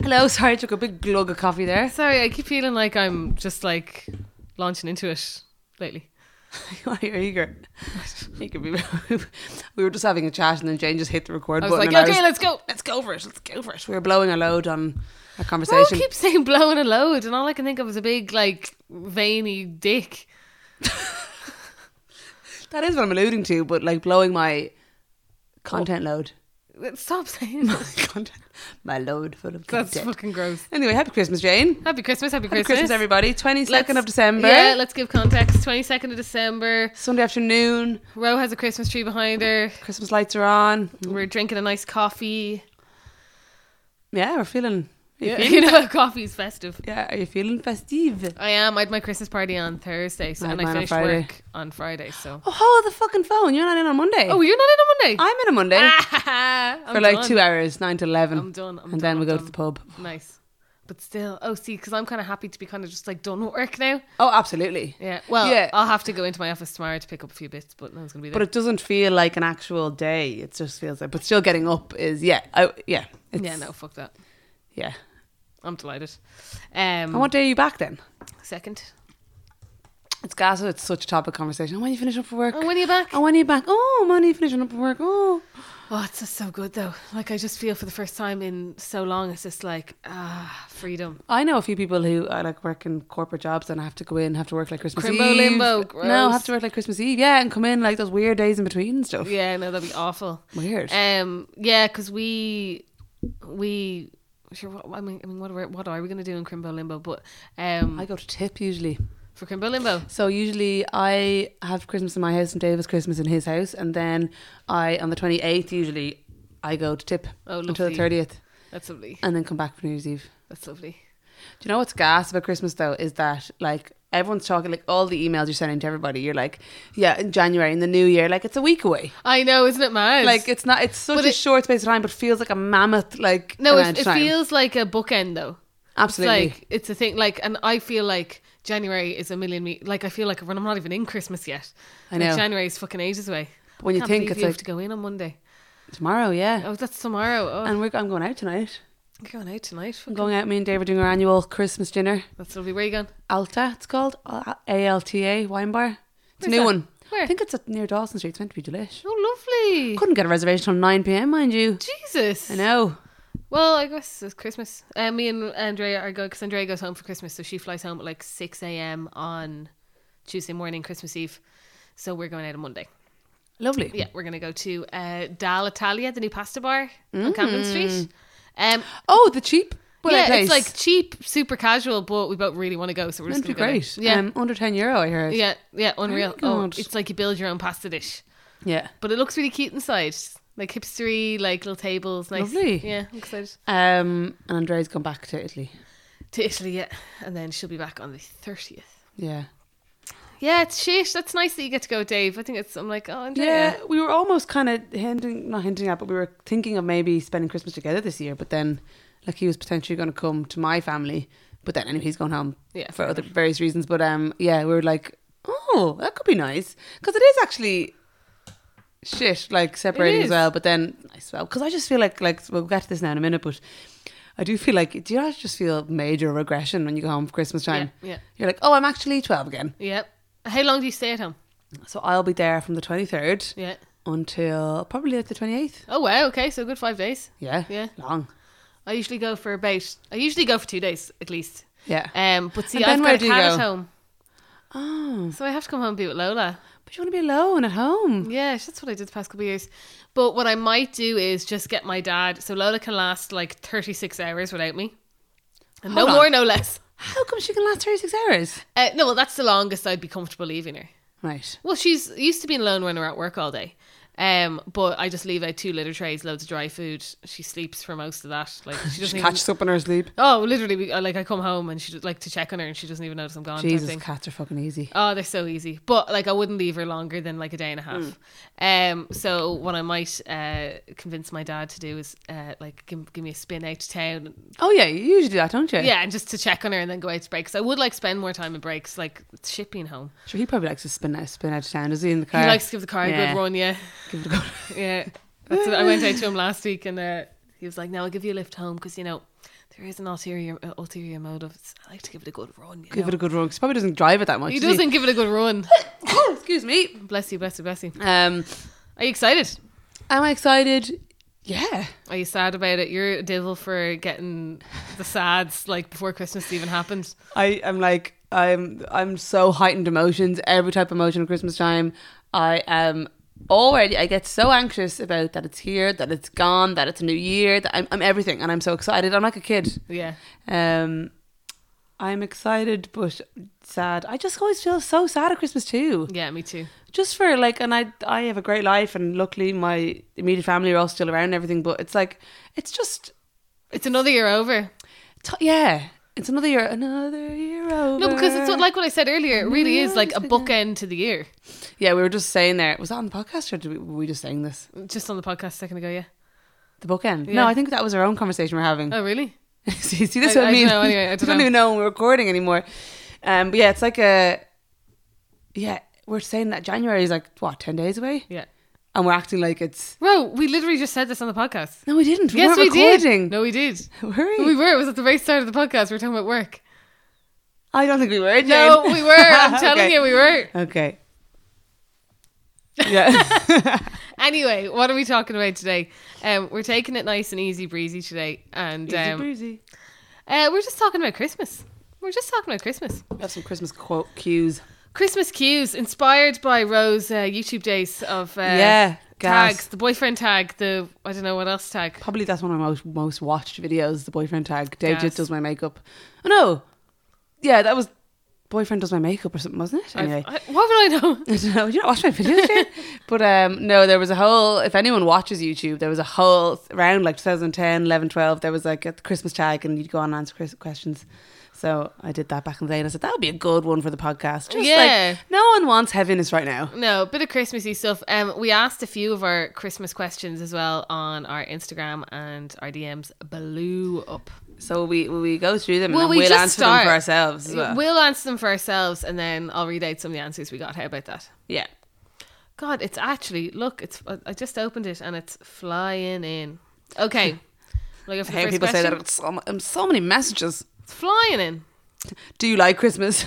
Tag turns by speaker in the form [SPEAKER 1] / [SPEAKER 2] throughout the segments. [SPEAKER 1] Hello, sorry, I took a big glug of coffee there.
[SPEAKER 2] Sorry, I keep feeling like I'm just like launching into it lately.
[SPEAKER 1] You're eager. You could be. we were just having a chat, and then Jane just hit the record
[SPEAKER 2] I was
[SPEAKER 1] button.
[SPEAKER 2] like,
[SPEAKER 1] and I
[SPEAKER 2] okay,
[SPEAKER 1] was-
[SPEAKER 2] let's go, let's go for it, let's go for it.
[SPEAKER 1] we were blowing a load on a
[SPEAKER 2] Bro
[SPEAKER 1] conversation.
[SPEAKER 2] keeps saying blowing a load, and all I can think of is a big like veiny dick.
[SPEAKER 1] that is what I'm alluding to, but like blowing my content
[SPEAKER 2] Oh.
[SPEAKER 1] load.
[SPEAKER 2] Stop saying
[SPEAKER 1] My content, my load full of
[SPEAKER 2] that's
[SPEAKER 1] content.
[SPEAKER 2] fucking gross.
[SPEAKER 1] Anyway, happy Christmas, Jane.
[SPEAKER 2] Happy Christmas, happy
[SPEAKER 1] Happy
[SPEAKER 2] Christmas,
[SPEAKER 1] Christmas, everybody. 22nd of
[SPEAKER 2] Let's-
[SPEAKER 1] December.
[SPEAKER 2] Yeah, let's give context. Twenty second of December.
[SPEAKER 1] Sunday afternoon.
[SPEAKER 2] Ro has a Christmas tree behind her.
[SPEAKER 1] Christmas lights are on.
[SPEAKER 2] We're drinking a nice coffee.
[SPEAKER 1] Yeah, we're feeling. Are you
[SPEAKER 2] you
[SPEAKER 1] feeling?
[SPEAKER 2] know, coffee's festive.
[SPEAKER 1] Yeah, are you feeling festive?
[SPEAKER 2] I am. I had my Christmas party on Thursday, so
[SPEAKER 1] I
[SPEAKER 2] and
[SPEAKER 1] had
[SPEAKER 2] I
[SPEAKER 1] mine on
[SPEAKER 2] finished
[SPEAKER 1] Friday.
[SPEAKER 2] work on Friday. So,
[SPEAKER 1] Oh, hold the fucking phone. You're not in on Monday.
[SPEAKER 2] oh, Ah, you're not in on Monday.
[SPEAKER 1] I'm in on Monday.
[SPEAKER 2] I'm
[SPEAKER 1] for like
[SPEAKER 2] done.
[SPEAKER 1] two hours, nine to 11
[SPEAKER 2] I'm done. I'm
[SPEAKER 1] and
[SPEAKER 2] done,
[SPEAKER 1] then we
[SPEAKER 2] I'm
[SPEAKER 1] go to
[SPEAKER 2] done.
[SPEAKER 1] the pub.
[SPEAKER 2] Nice, but still, oh, see, because I'm kind of happy to be kind of just like done with work now.
[SPEAKER 1] Oh, absolutely.
[SPEAKER 2] Yeah. Well,
[SPEAKER 1] Yeah.
[SPEAKER 2] I'll have to go into my office tomorrow to pick up a few bits, but no one's gonna be there.
[SPEAKER 1] But it doesn't feel like an actual day. It just feels like. But still, getting up is yeah, I, yeah, it's,
[SPEAKER 2] yeah, no, fuck that.
[SPEAKER 1] yeah.
[SPEAKER 2] I'm delighted. Um,
[SPEAKER 1] And what day are you back then?
[SPEAKER 2] second.
[SPEAKER 1] It's gas. It's such a topic conversation. Oh, when you finish up for work?
[SPEAKER 2] And when are you back?
[SPEAKER 1] Oh, when are you back? Oh, when are you finishing up for work? Oh,
[SPEAKER 2] Oh, it's just so good though. Like I just feel for the first time in so long, it's just like ah, freedom.
[SPEAKER 1] I know a few people who I like work in corporate jobs and have to go in and have to work like Christmas
[SPEAKER 2] Crimbo
[SPEAKER 1] Eve.
[SPEAKER 2] limbo,
[SPEAKER 1] No,
[SPEAKER 2] gross.
[SPEAKER 1] have to work like Christmas Eve. Yeah, and come in like those weird days in between and stuff.
[SPEAKER 2] Yeah, no, that'd be awful.
[SPEAKER 1] Weird.
[SPEAKER 2] Um, yeah, because we we sure. What, I mean, I mean, what are what are we gonna do in Crimbo Limbo? But um,
[SPEAKER 1] I go to tip usually.
[SPEAKER 2] for Crimbo Limbo,
[SPEAKER 1] So usually I have Christmas in my house and Dave has Christmas in his house, and then I on the twenty eighth usually I go to tip
[SPEAKER 2] Oh,
[SPEAKER 1] until the
[SPEAKER 2] lovely.
[SPEAKER 1] thirtieth,
[SPEAKER 2] that's lovely.
[SPEAKER 1] and then come back for New Year's Eve.
[SPEAKER 2] That's lovely.
[SPEAKER 1] Do you know what's gas about Christmas though is that like everyone's talking like all the emails you're sending to everybody. You're like, yeah, in January in the New Year, like it's a week away.
[SPEAKER 2] I know, isn't it mad?
[SPEAKER 1] Like it's not. It's such
[SPEAKER 2] But
[SPEAKER 1] a
[SPEAKER 2] it-
[SPEAKER 1] short space of time, but feels like a mammoth like
[SPEAKER 2] no,
[SPEAKER 1] amount
[SPEAKER 2] it,
[SPEAKER 1] of
[SPEAKER 2] it
[SPEAKER 1] time.
[SPEAKER 2] feels like a bookend though. It's
[SPEAKER 1] absolutely.
[SPEAKER 2] like it's a thing. Like, and I feel like January is a million. Me- like, I feel like when I'm not even in Christmas yet.
[SPEAKER 1] I
[SPEAKER 2] Like,
[SPEAKER 1] know.
[SPEAKER 2] January is fucking ages away.
[SPEAKER 1] when you
[SPEAKER 2] Can't
[SPEAKER 1] think
[SPEAKER 2] believe
[SPEAKER 1] it's
[SPEAKER 2] you
[SPEAKER 1] like
[SPEAKER 2] have to go in on Monday.
[SPEAKER 1] tomorrow, yeah,
[SPEAKER 2] Oh, that's tomorrow. Oh,
[SPEAKER 1] and we're I'm going out tonight.
[SPEAKER 2] I'm going out tonight.
[SPEAKER 1] I'm
[SPEAKER 2] Fucking-
[SPEAKER 1] going out. Me and Dave are doing our annual Christmas dinner.
[SPEAKER 2] That's lovely. Where are you going?
[SPEAKER 1] Alta, it's called A L T A wine bar. It's
[SPEAKER 2] Where's
[SPEAKER 1] a new
[SPEAKER 2] that?
[SPEAKER 1] one.
[SPEAKER 2] Where?
[SPEAKER 1] I think it's at near Dawson Street. It's meant to be delish.
[SPEAKER 2] Oh, lovely.
[SPEAKER 1] Couldn't get a reservation till nine p.m. Mind you.
[SPEAKER 2] Jesus.
[SPEAKER 1] I know.
[SPEAKER 2] Well, I guess it's Christmas. Uh, me and Andrea are going because Andrea goes home for Christmas, so she flies home at like six a.m. on Tuesday morning, Christmas Eve. So we're going out on Monday.
[SPEAKER 1] Lovely.
[SPEAKER 2] Yeah, we're gonna go to uh, Dal Italia, the new pasta bar on Camden Street. Um,
[SPEAKER 1] Oh, the cheap. bullet
[SPEAKER 2] yeah,
[SPEAKER 1] Mm. place.
[SPEAKER 2] it's like cheap, super casual, but we both really want to go, so we're
[SPEAKER 1] meant
[SPEAKER 2] just
[SPEAKER 1] to be
[SPEAKER 2] gonna go.
[SPEAKER 1] great.
[SPEAKER 2] there. Yeah,
[SPEAKER 1] Um, under ten euro, I heard.
[SPEAKER 2] yeah, yeah, unreal. Oh,
[SPEAKER 1] God.
[SPEAKER 2] it's like you build your own pasta dish,
[SPEAKER 1] Yeah.
[SPEAKER 2] but it looks really cute inside, like hipstery, like little tables, nice.
[SPEAKER 1] Lovely.
[SPEAKER 2] Yeah, I'm excited.
[SPEAKER 1] Um, and Andrea's gone back to Italy.
[SPEAKER 2] to Italy, yeah, and then she'll be back on the thirtieth.
[SPEAKER 1] Yeah.
[SPEAKER 2] Yeah, it's shit. That's nice that you get to go, Dave. I think it's. I'm like, oh, Andrea.
[SPEAKER 1] Yeah, we were almost kind of hinting, not hinting at, but we were thinking of maybe spending Christmas together this year. But then, like, he was potentially going to come to my family. But then, anyway, he's going home
[SPEAKER 2] Yeah,
[SPEAKER 1] for
[SPEAKER 2] fair
[SPEAKER 1] other various reasons. But um, yeah, we were like, oh, that could be nice because it is actually shit, like separating as
[SPEAKER 2] is.
[SPEAKER 1] well. But then, nice as well, because I just feel like like we'll get to this now in a minute, but. I do feel like, do you not just feel major regression when you go home for Christmas time?
[SPEAKER 2] Yeah, yeah.
[SPEAKER 1] You're like, oh, I'm actually 12 again.
[SPEAKER 2] Yep. How long do you stay at home?
[SPEAKER 1] So I'll be there from the 23rd
[SPEAKER 2] Yeah.
[SPEAKER 1] until probably like the 28th.
[SPEAKER 2] Oh wow. Okay, so a good five days.
[SPEAKER 1] Yeah.
[SPEAKER 2] Yeah.
[SPEAKER 1] Long.
[SPEAKER 2] I usually go for about. I usually go for two days at least.
[SPEAKER 1] Yeah.
[SPEAKER 2] Um, but see,
[SPEAKER 1] And then
[SPEAKER 2] I've
[SPEAKER 1] where
[SPEAKER 2] got a
[SPEAKER 1] do you
[SPEAKER 2] cat at
[SPEAKER 1] go?
[SPEAKER 2] home,
[SPEAKER 1] oh.
[SPEAKER 2] so I have to come home and be with Lola.
[SPEAKER 1] But you want to be alone at home.
[SPEAKER 2] Yeah, that's what I did the past couple of years. But what I might do is just get my dad, so Lola can last like thirty six hours without me, and no
[SPEAKER 1] Hold on.
[SPEAKER 2] more, no less.
[SPEAKER 1] How come she can last 36 hours?
[SPEAKER 2] Uh, no, well, that's the longest I'd be comfortable leaving her.
[SPEAKER 1] Right.
[SPEAKER 2] Well, she's used to being alone when we're at work all day. Um, but I just leave out two litter trays, loads of dry food. She sleeps for most of that. Like she doesn't
[SPEAKER 1] She
[SPEAKER 2] even.
[SPEAKER 1] catches up in her sleep.
[SPEAKER 2] Oh, literally, we, like I come home and she just like to check on her, and she doesn't even notice I'm gone. type
[SPEAKER 1] Jesus,
[SPEAKER 2] thing.
[SPEAKER 1] cats are fucking easy.
[SPEAKER 2] Oh, they're so easy. But like I wouldn't leave her longer than like a day and a half. Um so what I might uh convince my dad to do is uh like give, give me a spin out to town.
[SPEAKER 1] Oh, yeah. You usually do that, don't you?
[SPEAKER 2] Yeah, and just to check on her and then go out to breaks. I would like spend more time in breaks, like it's shit being home.
[SPEAKER 1] Sure, he probably likes to spin out, spin out of town, does he, in the
[SPEAKER 2] He
[SPEAKER 1] car?
[SPEAKER 2] likes to give the car a
[SPEAKER 1] Yeah.
[SPEAKER 2] good run, yeah.
[SPEAKER 1] Give it a go.
[SPEAKER 2] Yeah. That's what, I went out to him last week and uh, he was like, "No, I'll give you a lift home because you know there is an ulterior uh, ulterior motive. It's- I like to give it a good run. You
[SPEAKER 1] Give
[SPEAKER 2] know?
[SPEAKER 1] it a good run. 'cause He probably doesn't drive it that much.
[SPEAKER 2] he
[SPEAKER 1] does
[SPEAKER 2] doesn't give it a good run.
[SPEAKER 1] Excuse me.
[SPEAKER 2] bless you, bless you, bless you.
[SPEAKER 1] Um,
[SPEAKER 2] Are you excited?
[SPEAKER 1] am I excited? Yeah.
[SPEAKER 2] Are you sad about it? You're a devil for getting the sads like before Christmas even happened.
[SPEAKER 1] I am like I'm I'm so heightened emotions, every type of emotion at Christmas time. I am already I get so anxious about that it's here, that it's gone, that it's a new year, that I'm I'm everything and I'm so excited. I'm like a kid.
[SPEAKER 2] Yeah.
[SPEAKER 1] Um I'm excited but sad. I just always feel so sad at Christmas too.
[SPEAKER 2] Yeah, me too.
[SPEAKER 1] Just for like and I I have a great life and luckily my immediate family are all still around and everything, but it's like it's just
[SPEAKER 2] It's another year over.
[SPEAKER 1] t- yeah. It's another year, another year over.
[SPEAKER 2] No, because it's what- like what I said earlier. It really is like a bookend to the year.
[SPEAKER 1] Yeah, we were just saying there. Was that on the podcast or did we, were we just saying this?
[SPEAKER 2] Just on the podcast a second ago, yeah.
[SPEAKER 1] The bookend.
[SPEAKER 2] Yeah.
[SPEAKER 1] No, I think that was our own conversation we're having.
[SPEAKER 2] Oh, really?
[SPEAKER 1] see, see, this is
[SPEAKER 2] I-
[SPEAKER 1] what I,
[SPEAKER 2] I don't
[SPEAKER 1] mean.
[SPEAKER 2] know, anyway, I
[SPEAKER 1] We
[SPEAKER 2] don't
[SPEAKER 1] don't
[SPEAKER 2] know.
[SPEAKER 1] even know when we're recording anymore. Um, but yeah, it's like a. Yeah, we're saying that January is like what ten days away,
[SPEAKER 2] Yeah.
[SPEAKER 1] and we're acting like it's.
[SPEAKER 2] Bro, we literally just said this on the podcast.
[SPEAKER 1] No, we didn't. We
[SPEAKER 2] yes, we
[SPEAKER 1] weren't recording.
[SPEAKER 2] did. No, we did.
[SPEAKER 1] Were we?
[SPEAKER 2] We were. It was at the very start of the podcast. We were talking about work.
[SPEAKER 1] I don't think we were. Jane.
[SPEAKER 2] No, we were. I'm telling
[SPEAKER 1] Okay.
[SPEAKER 2] you, we were.
[SPEAKER 1] Okay. Yeah.
[SPEAKER 2] Anyway, what are we talking about today? Um, we're taking it nice and easy breezy today, and
[SPEAKER 1] Easy
[SPEAKER 2] um,
[SPEAKER 1] breezy.
[SPEAKER 2] uh, we're just talking about Christmas. We're just talking about Christmas.
[SPEAKER 1] We have some Christmas quote cues.
[SPEAKER 2] Christmas cues inspired by Rose uh, YouTube days of uh,
[SPEAKER 1] yeah. Gas.
[SPEAKER 2] tags, the boyfriend tag, the I don't know what else tag.
[SPEAKER 1] Probably that's one of my most, most watched videos, the boyfriend tag. Dave
[SPEAKER 2] Yes.
[SPEAKER 1] just does my makeup. Oh no. Yeah, that was boyfriend does my makeup or something, wasn't it?
[SPEAKER 2] I've-
[SPEAKER 1] Anyway.
[SPEAKER 2] I, what would I know?
[SPEAKER 1] I don't know. You don't watch my videos, Jane? but um, no, there was a whole. If anyone watches YouTube, there was a whole around like 2010, 11, 12. There was like a Christmas tag, and you'd go on and answer Chris- questions. So I did that back in the day, and I said that would be a good one for the podcast. Just
[SPEAKER 2] Yeah.
[SPEAKER 1] like no one wants heaviness right now.
[SPEAKER 2] No, a bit of Christmassy stuff. Um, we asked a few of our Christmas questions as well on our Instagram, and our DMs blew up.
[SPEAKER 1] So we we go through them,
[SPEAKER 2] Will
[SPEAKER 1] and
[SPEAKER 2] we
[SPEAKER 1] we will
[SPEAKER 2] just
[SPEAKER 1] answer
[SPEAKER 2] start?
[SPEAKER 1] them for ourselves as well.
[SPEAKER 2] We'll answer them for ourselves, and then I'll read out some of the answers we got. How about that?
[SPEAKER 1] yeah.
[SPEAKER 2] God, it's actually look. It's I- I just opened it and it's flying in. Okay, like if
[SPEAKER 1] I hate people say that. It's so, mu- um, so many messages.
[SPEAKER 2] It's flying in.
[SPEAKER 1] Do you like Christmas?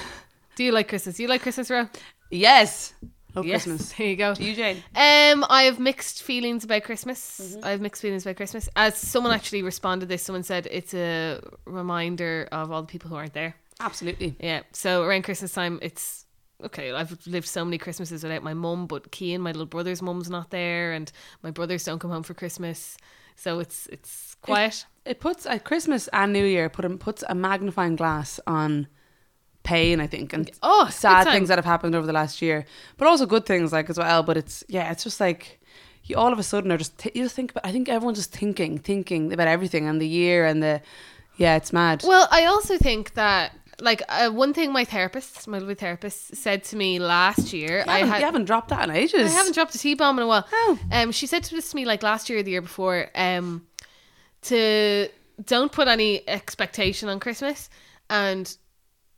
[SPEAKER 2] Do you like Christmas? Do you like Christmas, Ro?
[SPEAKER 1] yes. Love
[SPEAKER 2] Yes.
[SPEAKER 1] Christmas.
[SPEAKER 2] There you go.
[SPEAKER 1] Do you, Jane?
[SPEAKER 2] Um, I have mixed feelings about Christmas. I have mixed feelings about Christmas. As someone actually responded this, someone said it's a reminder of all the people who aren't there.
[SPEAKER 1] Absolutely.
[SPEAKER 2] Yeah. So around Christmas time, it's okay. I've lived so many Christmases without my mum, but Kean, my little brother's mum's not there, and my brothers don't come home for Christmas. So it's it's quiet.
[SPEAKER 1] It puts at Christmas and New Year put a, puts a magnifying glass on pain, I think, and
[SPEAKER 2] oh, it's good
[SPEAKER 1] sad
[SPEAKER 2] time.
[SPEAKER 1] things that have happened over the last year, but also good things like as well. But it's yeah, it's just like you all of a sudden are just t- you just think. But I think everyone's just thinking, thinking about everything and the year and the yeah, it's mad.
[SPEAKER 2] Well, I also think that like uh, one thing my therapist, my lovely therapist, said to me last year.
[SPEAKER 1] you,
[SPEAKER 2] I
[SPEAKER 1] haven't,
[SPEAKER 2] had
[SPEAKER 1] you haven't dropped that in
[SPEAKER 2] I
[SPEAKER 1] ages.
[SPEAKER 2] haven't dropped a T bomb in a while.
[SPEAKER 1] Oh.
[SPEAKER 2] Um, she said to this to me like last year or the year before. Um, to don't put any expectation on Christmas and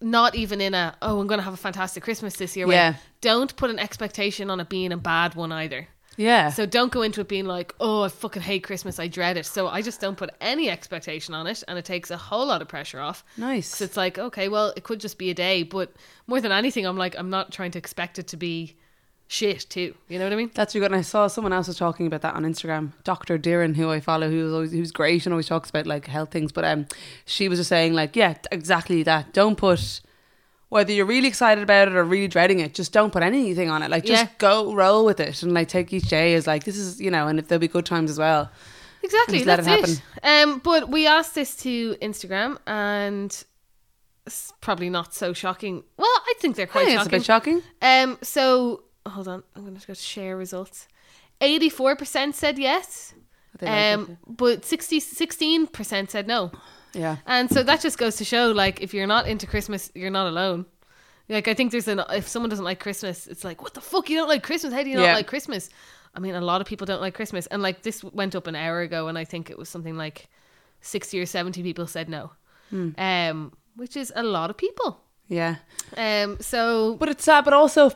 [SPEAKER 2] not even in a oh I'm gonna have a fantastic Christmas this year. way.
[SPEAKER 1] Yeah.
[SPEAKER 2] Don't put an expectation on it being a bad one either.
[SPEAKER 1] Yeah.
[SPEAKER 2] So don't go into it being like oh I fucking hate Christmas I dread it. So I just don't put any expectation on it and it takes a whole lot of pressure off.
[SPEAKER 1] nice.
[SPEAKER 2] So it's like, okay, well, it could just be a day, but more than anything, I'm like, I'm not trying to expect it to be shit too. You know what I mean?
[SPEAKER 1] That's really good. And I saw someone else was talking about that on Instagram. Dr. Deeran, who I follow, who's always who's great and always talks about like health things. But um, she was just saying like, yeah, exactly that. Don't put whether you're really excited about it or really dreading it, just don't put anything on it. Like just
[SPEAKER 2] Yeah.
[SPEAKER 1] go roll with it and like take each day as like this is you know, and if there'll be good times as well.
[SPEAKER 2] Exactly.
[SPEAKER 1] Just let it
[SPEAKER 2] that's it, Um, but we asked this to Instagram, and it's probably not so shocking. Well, I think they're quite
[SPEAKER 1] Hey, it's a
[SPEAKER 2] shocking.
[SPEAKER 1] bit shocking.
[SPEAKER 2] um, so hold on, I'm going to go to share results. Eighty-four percent said yes,
[SPEAKER 1] They like it.
[SPEAKER 2] um, but 16 percent said no.
[SPEAKER 1] yeah.
[SPEAKER 2] And so that just goes to show, like, if you're not into Christmas, you're not alone. Like, I think there's an if someone doesn't like Christmas, it's like, what the fuck? You don't like Christmas? How do you not
[SPEAKER 1] Yeah.
[SPEAKER 2] like Christmas? I mean, a lot of people don't like Christmas, and like this went up an hour ago, and I think it was something like sixty or seventy people said no,
[SPEAKER 1] Hmm.
[SPEAKER 2] um, which is a lot of people.
[SPEAKER 1] Yeah.
[SPEAKER 2] Um, so
[SPEAKER 1] But it's sad, but also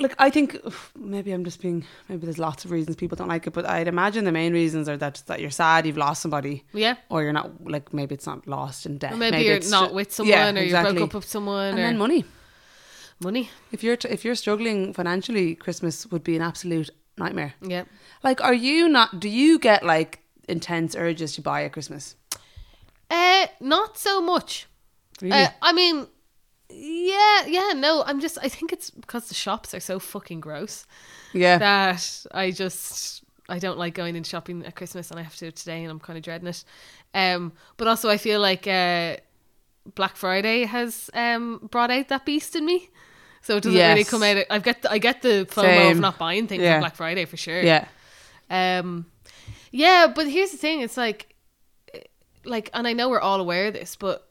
[SPEAKER 1] Look, I think maybe I'm just being maybe there's lots of reasons people don't like it, but I'd imagine the main reasons are that that you're sad, you've lost somebody,
[SPEAKER 2] Yeah.
[SPEAKER 1] or you're not like maybe it's not lost in death.
[SPEAKER 2] Or maybe, you're
[SPEAKER 1] it's
[SPEAKER 2] not
[SPEAKER 1] ju-
[SPEAKER 2] with someone
[SPEAKER 1] Yeah,
[SPEAKER 2] or
[SPEAKER 1] exactly.
[SPEAKER 2] you broke up with someone
[SPEAKER 1] And
[SPEAKER 2] or
[SPEAKER 1] then money.
[SPEAKER 2] money.
[SPEAKER 1] If you're t- if you're struggling financially, Christmas would be an absolute nightmare.
[SPEAKER 2] Yeah.
[SPEAKER 1] Like, are you not? Do you get like intense urges to buy at Christmas?
[SPEAKER 2] Uh, not so much.
[SPEAKER 1] Really?
[SPEAKER 2] Uh, I mean, yeah, yeah, no, I'm just, I think it's because the shops are so fucking gross
[SPEAKER 1] yeah.
[SPEAKER 2] that I just, I don't like going in shopping at Christmas and I have to today and I'm kind of dreading it. Um, but also I feel like uh, Black Friday has um, brought out that beast in me. So it doesn't really
[SPEAKER 1] Yes.
[SPEAKER 2] come out. I've got, I get the FOMO of
[SPEAKER 1] Same.
[SPEAKER 2] not buying things
[SPEAKER 1] Yeah.
[SPEAKER 2] on Black Friday for sure.
[SPEAKER 1] yeah.
[SPEAKER 2] Um, yeah, but here's the thing: it's like, like, and I know we're all aware of this, but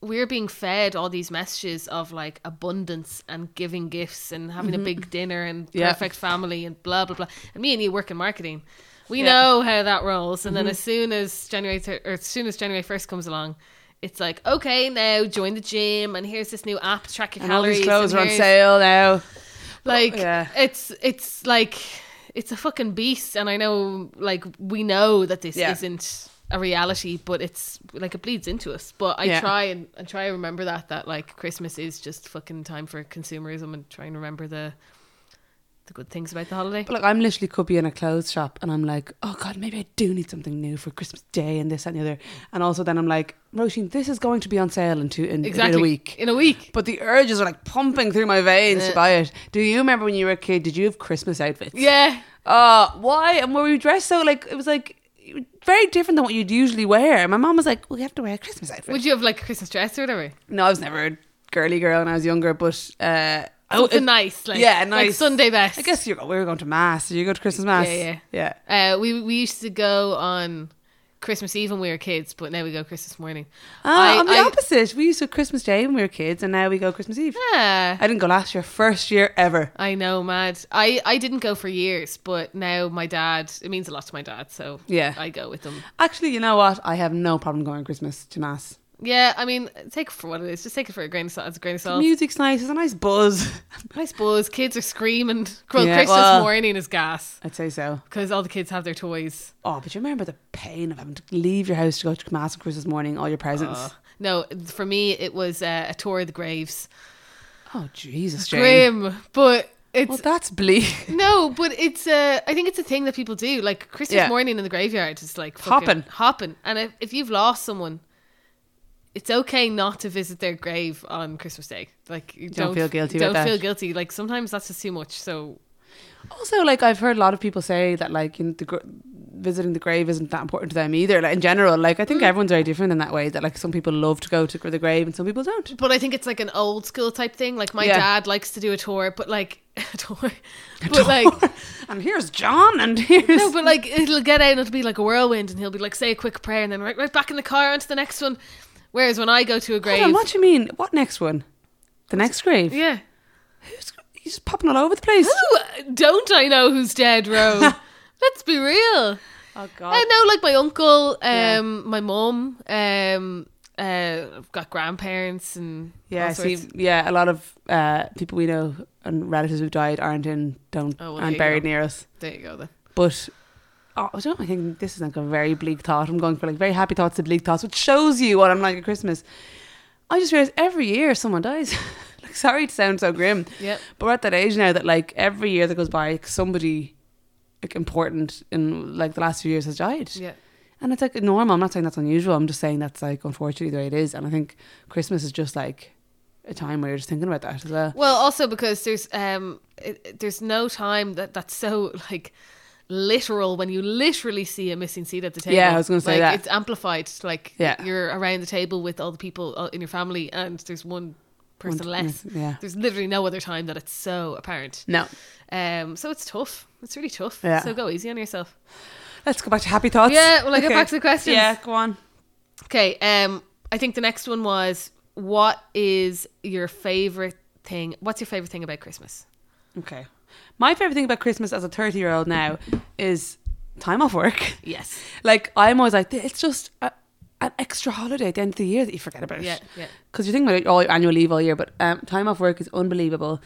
[SPEAKER 2] we're being fed all these messages of like abundance and giving gifts and having a big dinner and
[SPEAKER 1] Mm-hmm. Yeah.
[SPEAKER 2] perfect family and blah blah blah. And me and you work in marketing, we
[SPEAKER 1] Yeah. Mm-hmm.
[SPEAKER 2] know how that rolls. And then as soon as January thir- or as soon as January first comes along. It's like okay now join the gym and here's this new app to track your
[SPEAKER 1] And all
[SPEAKER 2] calories.
[SPEAKER 1] these clothes
[SPEAKER 2] and
[SPEAKER 1] are on
[SPEAKER 2] here's-
[SPEAKER 1] sale now.
[SPEAKER 2] like
[SPEAKER 1] Yeah.
[SPEAKER 2] it's it's like it's a fucking beast and i know like we know that this
[SPEAKER 1] Yeah.
[SPEAKER 2] isn't a reality but it's like it bleeds into us but i
[SPEAKER 1] Yeah.
[SPEAKER 2] try and I try and remember that that like christmas is just fucking time for consumerism and try and remember the the good things about the holiday
[SPEAKER 1] But like, I'm literally could be in a clothes shop, and I'm like, oh god, maybe I do need something new for Christmas Day and this and the other. And also, then I'm like, Roisin, this is going to be on sale in two in, in
[SPEAKER 2] exactly
[SPEAKER 1] a week.
[SPEAKER 2] in a week
[SPEAKER 1] But the urges are like pumping through my veins
[SPEAKER 2] Yeah.
[SPEAKER 1] to buy it. Do you remember when you were a kid? Did you have Christmas outfits?
[SPEAKER 2] yeah
[SPEAKER 1] Uh, why? And were we dressed so like it was like very different than what you'd usually wear? And my mom was like, "We have to wear a Christmas outfit."
[SPEAKER 2] would you have like a christmas dress or whatever
[SPEAKER 1] no, I was never a girly girl when I was younger, but uh,
[SPEAKER 2] oh
[SPEAKER 1] it-
[SPEAKER 2] nice like
[SPEAKER 1] yeah,
[SPEAKER 2] like
[SPEAKER 1] nice.
[SPEAKER 2] sunday best
[SPEAKER 1] I guess you we were going to mass. Did you go to Christmas mass?
[SPEAKER 2] Yeah, yeah.
[SPEAKER 1] yeah.
[SPEAKER 2] Uh, we we used to go on Christmas Eve when we were kids, but now we go Christmas morning.
[SPEAKER 1] Ah,
[SPEAKER 2] I-
[SPEAKER 1] I'm the
[SPEAKER 2] I-
[SPEAKER 1] opposite. We used to Christmas Day when we were kids, and now we go Christmas Eve.
[SPEAKER 2] Yeah,
[SPEAKER 1] I didn't go last year. First year ever.
[SPEAKER 2] I know, mad. I I didn't go for years, but now my dad. It means a lot to my dad, so
[SPEAKER 1] Yeah.
[SPEAKER 2] I go with him.
[SPEAKER 1] Actually, you know what? I have no problem going Christmas to mass.
[SPEAKER 2] Yeah, I mean, take it for what it is. Just take it for a grain of salt. As a grain of
[SPEAKER 1] The
[SPEAKER 2] salt.
[SPEAKER 1] music's nice. There's a nice buzz.
[SPEAKER 2] I suppose kids are screaming. Well,
[SPEAKER 1] Yeah,
[SPEAKER 2] Christmas
[SPEAKER 1] well-
[SPEAKER 2] morning is gas
[SPEAKER 1] I'd say so.
[SPEAKER 2] because all the kids have their toys.
[SPEAKER 1] Oh, but you remember the pain of having to leave your house to go to mass on Christmas morning, all your presents.
[SPEAKER 2] Uh, no, for me it was uh, a tour of the graves.
[SPEAKER 1] oh Jesus, Jane.
[SPEAKER 2] Grim, but it's
[SPEAKER 1] Well, that's bleak.
[SPEAKER 2] No, but it's uh, I think it's a thing that people do. Like Christmas
[SPEAKER 1] Yeah.
[SPEAKER 2] morning in the graveyard is like
[SPEAKER 1] Hopping.
[SPEAKER 2] hopping. And if, if you've lost someone, it's okay not to visit their grave on Christmas Day. Like you
[SPEAKER 1] Don't feel guilty
[SPEAKER 2] Don't
[SPEAKER 1] about that.
[SPEAKER 2] feel guilty. Like sometimes that's just too much. So
[SPEAKER 1] Also, like I've heard a lot of people say that like you know, the gr- visiting the grave isn't that important to them either. Like in general, like I think everyone's very different in that way. That like some people love to go to gr- the grave and some people don't.
[SPEAKER 2] But I think it's like an old school type thing. Like my
[SPEAKER 1] Yeah.
[SPEAKER 2] dad likes to do a tour, but like a tour, but like
[SPEAKER 1] and here's John, and here's
[SPEAKER 2] No, but like it'll get out and it'll be like a whirlwind, and he'll be like, say a quick prayer, and then right, right back in the car onto the next one. Whereas when I go to a grave,
[SPEAKER 1] Hold on, what do you mean? What next one? The next grave?
[SPEAKER 2] yeah,
[SPEAKER 1] Who's, he's just popping all over the place.
[SPEAKER 2] Ooh, don't I know who's dead, Ro? Let's be real.
[SPEAKER 1] Oh
[SPEAKER 2] I
[SPEAKER 1] God.
[SPEAKER 2] know, like my uncle, um,
[SPEAKER 1] Yeah.
[SPEAKER 2] my mum, um, uh, I've got grandparents and
[SPEAKER 1] Yeah,
[SPEAKER 2] all
[SPEAKER 1] I see,
[SPEAKER 2] sorts.
[SPEAKER 1] yeah, a lot of uh, people we know and relatives who've died aren't in, don't,
[SPEAKER 2] Oh, well, there you
[SPEAKER 1] aren't buried
[SPEAKER 2] go.
[SPEAKER 1] near us.
[SPEAKER 2] There you go. Then
[SPEAKER 1] But oh, I don't. I think this is like a very bleak thought. I'm going for like very happy thoughts to bleak thoughts, which shows you what I'm like at Christmas. I just realized every year someone dies. like, sorry to sound so grim,
[SPEAKER 2] Yep.
[SPEAKER 1] but we're at that age now that like every year that goes by, like, somebody like important in like the last few years has died.
[SPEAKER 2] yeah,
[SPEAKER 1] And it's like normal. I'm not saying that's unusual. I'm just saying that's like unfortunately the way it is. And I think Christmas is just like a time where you're just thinking about that as well.
[SPEAKER 2] Well, also because there's um, it, it- there's no time that that's so like literal when you literally see a missing seat at the table.
[SPEAKER 1] Yeah, I was gonna say
[SPEAKER 2] Like,
[SPEAKER 1] that.
[SPEAKER 2] it's amplified. Like
[SPEAKER 1] Yeah.
[SPEAKER 2] you're around the table with all the people uh, in your family, and there's one person
[SPEAKER 1] One-
[SPEAKER 2] less.
[SPEAKER 1] Yeah.
[SPEAKER 2] There's literally no other time that it's so apparent.
[SPEAKER 1] No.
[SPEAKER 2] Um, so it's tough. It's really tough.
[SPEAKER 1] Yeah.
[SPEAKER 2] So go easy on yourself.
[SPEAKER 1] Let's go back to happy thoughts.
[SPEAKER 2] Yeah, well, I get back to the questions.
[SPEAKER 1] Yeah, go on.
[SPEAKER 2] Okay. Um, I think the next one was, what is your favorite thing? What's your favorite thing about Christmas?
[SPEAKER 1] Okay. My favorite thing about Christmas as a 30 year old now is time off work.
[SPEAKER 2] Yes.
[SPEAKER 1] Like, I'm always like, it's just a, an extra holiday at the end of the year that you forget about.
[SPEAKER 2] Yeah. Yeah.
[SPEAKER 1] Because you're thinking about it all your annual leave all year, but um, time off work is unbelievable.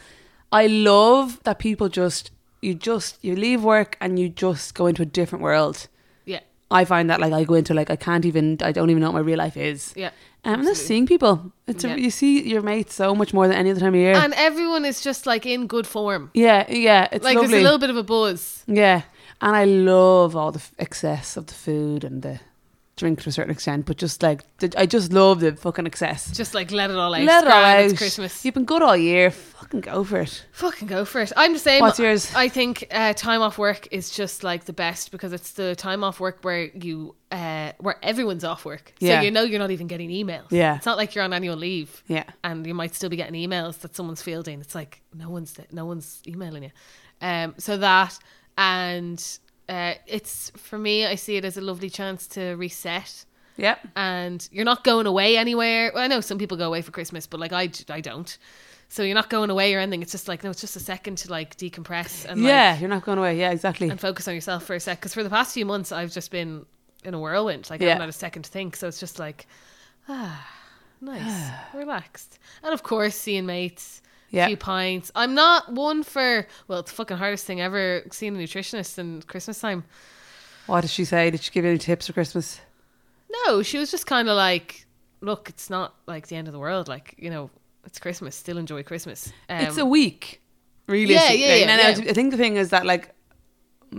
[SPEAKER 1] I love that people just you just you leave work and you just go into a different world.
[SPEAKER 2] Yeah.
[SPEAKER 1] I find that like I go into like I can't even I don't even know what my real life is.
[SPEAKER 2] Yeah.
[SPEAKER 1] Um, and just
[SPEAKER 2] absolutely.
[SPEAKER 1] seeing people. It's
[SPEAKER 2] Yeah.
[SPEAKER 1] a, you see your mates so much more than any other time of year.
[SPEAKER 2] And everyone is just like in good form.
[SPEAKER 1] yeah, yeah, it's
[SPEAKER 2] Like
[SPEAKER 1] lovely.
[SPEAKER 2] there's a little bit of a buzz.
[SPEAKER 1] yeah, and I love all the f- excess of the food and the drink to a certain extent, but just like the, I just love the fucking excess.
[SPEAKER 2] Just like let it all out.
[SPEAKER 1] Let it all
[SPEAKER 2] Grand, It's
[SPEAKER 1] out.
[SPEAKER 2] Christmas.
[SPEAKER 1] You've been good all year. Fucking go for it.
[SPEAKER 2] Fucking go for it. I'm the same.
[SPEAKER 1] What's yours?
[SPEAKER 2] I think uh, time off work is just like the best because it's the time off work where you uh, where everyone's off work,
[SPEAKER 1] Yeah.
[SPEAKER 2] so you know you're not even getting emails.
[SPEAKER 1] Yeah.
[SPEAKER 2] it's not like you're on annual leave,
[SPEAKER 1] Yeah.
[SPEAKER 2] and you might still be getting emails that someone's fielding. It's like no one's no one's emailing you. Um, so that and uh, it's for me, I see it as a lovely chance to reset
[SPEAKER 1] Yep.
[SPEAKER 2] and you're not going away anywhere. Well, I know some people go away for Christmas, but like I, j- I don't. So you're not going away or anything. It's just like no, it's just a second to like decompress and
[SPEAKER 1] yeah,
[SPEAKER 2] like,
[SPEAKER 1] you're not going away. Yeah, exactly.
[SPEAKER 2] and focus on yourself for a sec. Because for the past few months, I've just been in a whirlwind. Like I
[SPEAKER 1] Yeah.
[SPEAKER 2] haven't had a second to think. So it's just like ah, nice, relaxed, and of course seeing mates.
[SPEAKER 1] Yeah.
[SPEAKER 2] Few pints. I'm not one for well, it's the fucking hardest thing ever seeing a nutritionist in Christmas time.
[SPEAKER 1] What did she say? Did she give you any tips for Christmas?
[SPEAKER 2] No, she was just kind of like, look, it's not like the end of the world. Like, you know, it's Christmas. Still enjoy Christmas. Um,
[SPEAKER 1] it's a week, really.
[SPEAKER 2] Yeah, yeah, yeah, yeah.
[SPEAKER 1] I think the thing is that like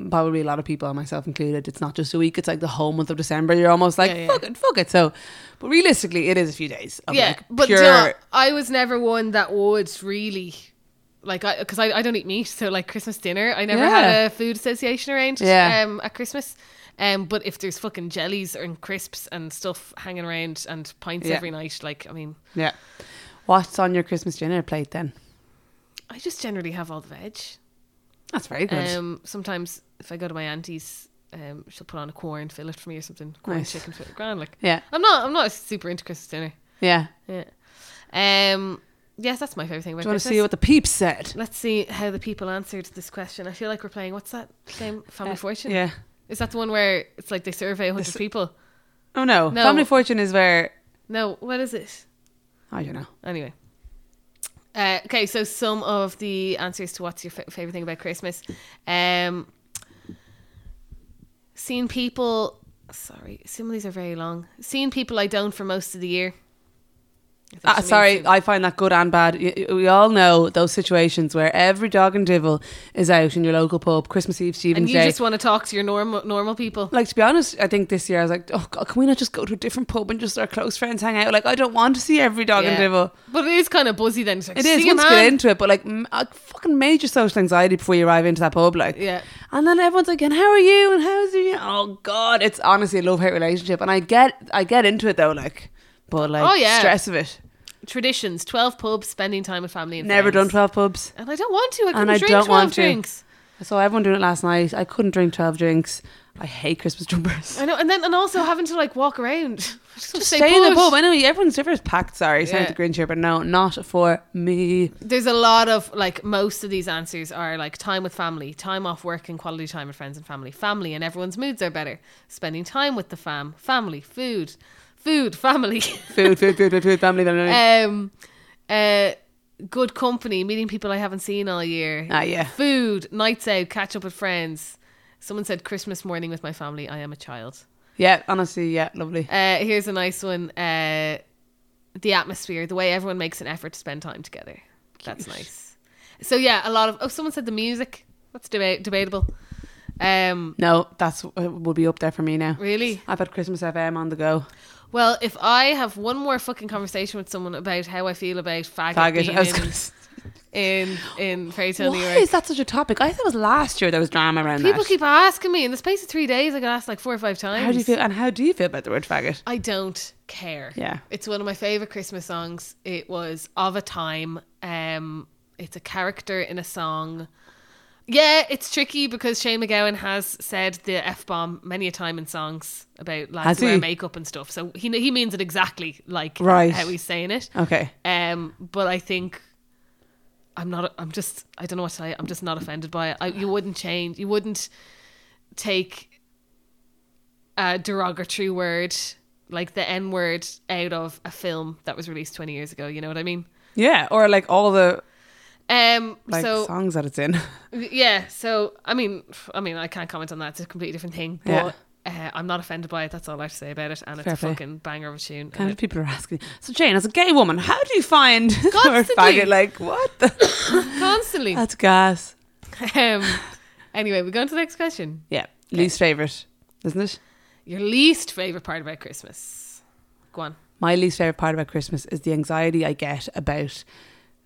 [SPEAKER 1] probably a lot of people, myself included, it's not just a week. It's like the whole month of December. You're almost like
[SPEAKER 2] Yeah, yeah.
[SPEAKER 1] fuck it, fuck it. So, but realistically, it is a few days. Of
[SPEAKER 2] yeah,
[SPEAKER 1] like,
[SPEAKER 2] but do
[SPEAKER 1] pure,
[SPEAKER 2] you know what? I was never one that would really like I because I, I don't eat meat, so like Christmas dinner, I never
[SPEAKER 1] Yeah.
[SPEAKER 2] had a food association arranged
[SPEAKER 1] Yeah.
[SPEAKER 2] um, at Christmas. Um, but if there's fucking jellies and crisps and stuff hanging around and pints
[SPEAKER 1] Yeah.
[SPEAKER 2] every night, like I mean,
[SPEAKER 1] yeah. What's on your Christmas dinner plate then?
[SPEAKER 2] I just generally have all the veg.
[SPEAKER 1] That's very good.
[SPEAKER 2] Um, sometimes if I go to my auntie's, um, she'll put on a corn fillet for me or something. Corn
[SPEAKER 1] Nice.
[SPEAKER 2] chicken fillet, grand. Like
[SPEAKER 1] yeah,
[SPEAKER 2] I'm not, I'm not super into Christmas dinner.
[SPEAKER 1] yeah.
[SPEAKER 2] Yeah. Um. Yes, that's my favorite thing about
[SPEAKER 1] Do you want to
[SPEAKER 2] Christmas.
[SPEAKER 1] see what the peeps said?
[SPEAKER 2] Let's see how the people answered this question. I feel like we're playing. What's that game? Family
[SPEAKER 1] Uh,
[SPEAKER 2] Fortune.
[SPEAKER 1] Yeah.
[SPEAKER 2] Is that the one where it's like they survey a hundred
[SPEAKER 1] This-
[SPEAKER 2] people?
[SPEAKER 1] Oh no.
[SPEAKER 2] No.
[SPEAKER 1] Family fortune is where
[SPEAKER 2] No. What is it?
[SPEAKER 1] I don't know.
[SPEAKER 2] Anyway. Uh, okay, so some of the answers to what's your f- favorite thing about Christmas. Um, seeing people. Sorry, some of these are very long. Seeing people I don't for most of the year. I think
[SPEAKER 1] Ah,
[SPEAKER 2] she means
[SPEAKER 1] sorry,
[SPEAKER 2] seeing-
[SPEAKER 1] I find that good and bad. Y- y- We all know those situations where every dog and divil is out in your local pub, Christmas Eve,
[SPEAKER 2] and
[SPEAKER 1] Stephen's
[SPEAKER 2] you
[SPEAKER 1] Day.
[SPEAKER 2] just want to talk to your normal normal people.
[SPEAKER 1] like to be honest, I think this year I was like, oh god, can we not just go to a different pub and just our close friends hang out? Like I don't want to see every dog and
[SPEAKER 2] Yeah.
[SPEAKER 1] divil.
[SPEAKER 2] But it is kind of buzzy then. It's like,
[SPEAKER 1] It is
[SPEAKER 2] "See ya,
[SPEAKER 1] once you get
[SPEAKER 2] man."
[SPEAKER 1] into it, but like m- uh, fucking major social anxiety before you arrive into that pub, like
[SPEAKER 2] Yeah.
[SPEAKER 1] And then everyone's like, and how are you? And how's you? Oh god, it's honestly a love hate relationship, and I get I get into it though, like, but like
[SPEAKER 2] Oh, yeah.
[SPEAKER 1] stress of it.
[SPEAKER 2] Traditions, 12 pubs, spending time with family and
[SPEAKER 1] Never done
[SPEAKER 2] friends.
[SPEAKER 1] twelve pubs.
[SPEAKER 2] And I don't want to. I couldn't
[SPEAKER 1] And I
[SPEAKER 2] drink
[SPEAKER 1] don't
[SPEAKER 2] 12
[SPEAKER 1] want to.
[SPEAKER 2] drinks.
[SPEAKER 1] I saw everyone doing it last night. I couldn't drink 12 drinks. I hate Christmas jumpers.
[SPEAKER 2] I know. And then, and also having to like walk around. Just,
[SPEAKER 1] Just stay in the
[SPEAKER 2] put.
[SPEAKER 1] pub. eh? I know everyone's different is packed. Sorry, sound
[SPEAKER 2] Yeah.
[SPEAKER 1] the Grinch here, but no, not for me.
[SPEAKER 2] There's a lot of like most of these answers are like time with family, time off work, and quality time with friends and family. Family and everyone's moods are better. Spending time with the fam, family, food, food, family.
[SPEAKER 1] Food, food, food, food, food, family, family. family.
[SPEAKER 2] um, uh, good company, meeting people I haven't seen all year.
[SPEAKER 1] ah, yeah.
[SPEAKER 2] food, nights out, catch up with friends. Someone said Christmas morning with my family. I am a child.
[SPEAKER 1] Yeah, honestly, yeah, lovely.
[SPEAKER 2] Uh, here's a nice one. Uh, the atmosphere, the way everyone makes an effort to spend time together. That's nice. So yeah, a lot of oh, someone said the music. That's deba- debatable. Um,
[SPEAKER 1] No, that's uh, would be up there for me now.
[SPEAKER 2] really.
[SPEAKER 1] I've had Christmas FM on the go.
[SPEAKER 2] Well, if I have one more fucking conversation with someone about how I feel about faggot,
[SPEAKER 1] Faggot.
[SPEAKER 2] being
[SPEAKER 1] I was gonna s-
[SPEAKER 2] in, in in fairy tale
[SPEAKER 1] Why
[SPEAKER 2] New York.
[SPEAKER 1] is that such a topic? I thought it was last year there was drama around
[SPEAKER 2] People
[SPEAKER 1] that.
[SPEAKER 2] keep asking me in the space of three days. I got asked like four or five times.
[SPEAKER 1] how do you feel? And how do you feel about the word faggot?
[SPEAKER 2] I don't care.
[SPEAKER 1] Yeah.
[SPEAKER 2] It's one of my favorite Christmas songs. It was of a time. Um, it's a character in a song. Yeah, it's tricky because Shane McGowan has said the f bomb many a time in songs about
[SPEAKER 1] Has
[SPEAKER 2] lads who wear
[SPEAKER 1] he?
[SPEAKER 2] makeup and stuff. So he he means it exactly like
[SPEAKER 1] Right.
[SPEAKER 2] how he's saying it.
[SPEAKER 1] Okay.
[SPEAKER 2] Um, but I think I'm not. I'm just. I don't know what to say. I'm just not offended by it. I, you wouldn't change. You wouldn't take a derogatory word like the N word out of a film that was released 20 years ago. You know what I mean?
[SPEAKER 1] Yeah, or like all the
[SPEAKER 2] Um,
[SPEAKER 1] Like
[SPEAKER 2] so
[SPEAKER 1] songs that it's in.
[SPEAKER 2] yeah, so I mean, f- I mean, I can't comment on that. It's a completely different thing. But uh, I'm not offended by it. That's all I have to say about it. And it's
[SPEAKER 1] Fair
[SPEAKER 2] a
[SPEAKER 1] play.
[SPEAKER 2] fucking banger of a tune. and
[SPEAKER 1] Kind of
[SPEAKER 2] it-
[SPEAKER 1] people are asking. So Jane, as a gay woman, how do you find or
[SPEAKER 2] Constantly.
[SPEAKER 1] faggot? Like what? The?
[SPEAKER 2] constantly.
[SPEAKER 1] That's gas.
[SPEAKER 2] um, anyway, we go on to the next question.
[SPEAKER 1] Yeah, least favorite, isn't it?
[SPEAKER 2] Your least favorite part about Christmas? Go on.
[SPEAKER 1] My least favorite part about Christmas is the anxiety I get about.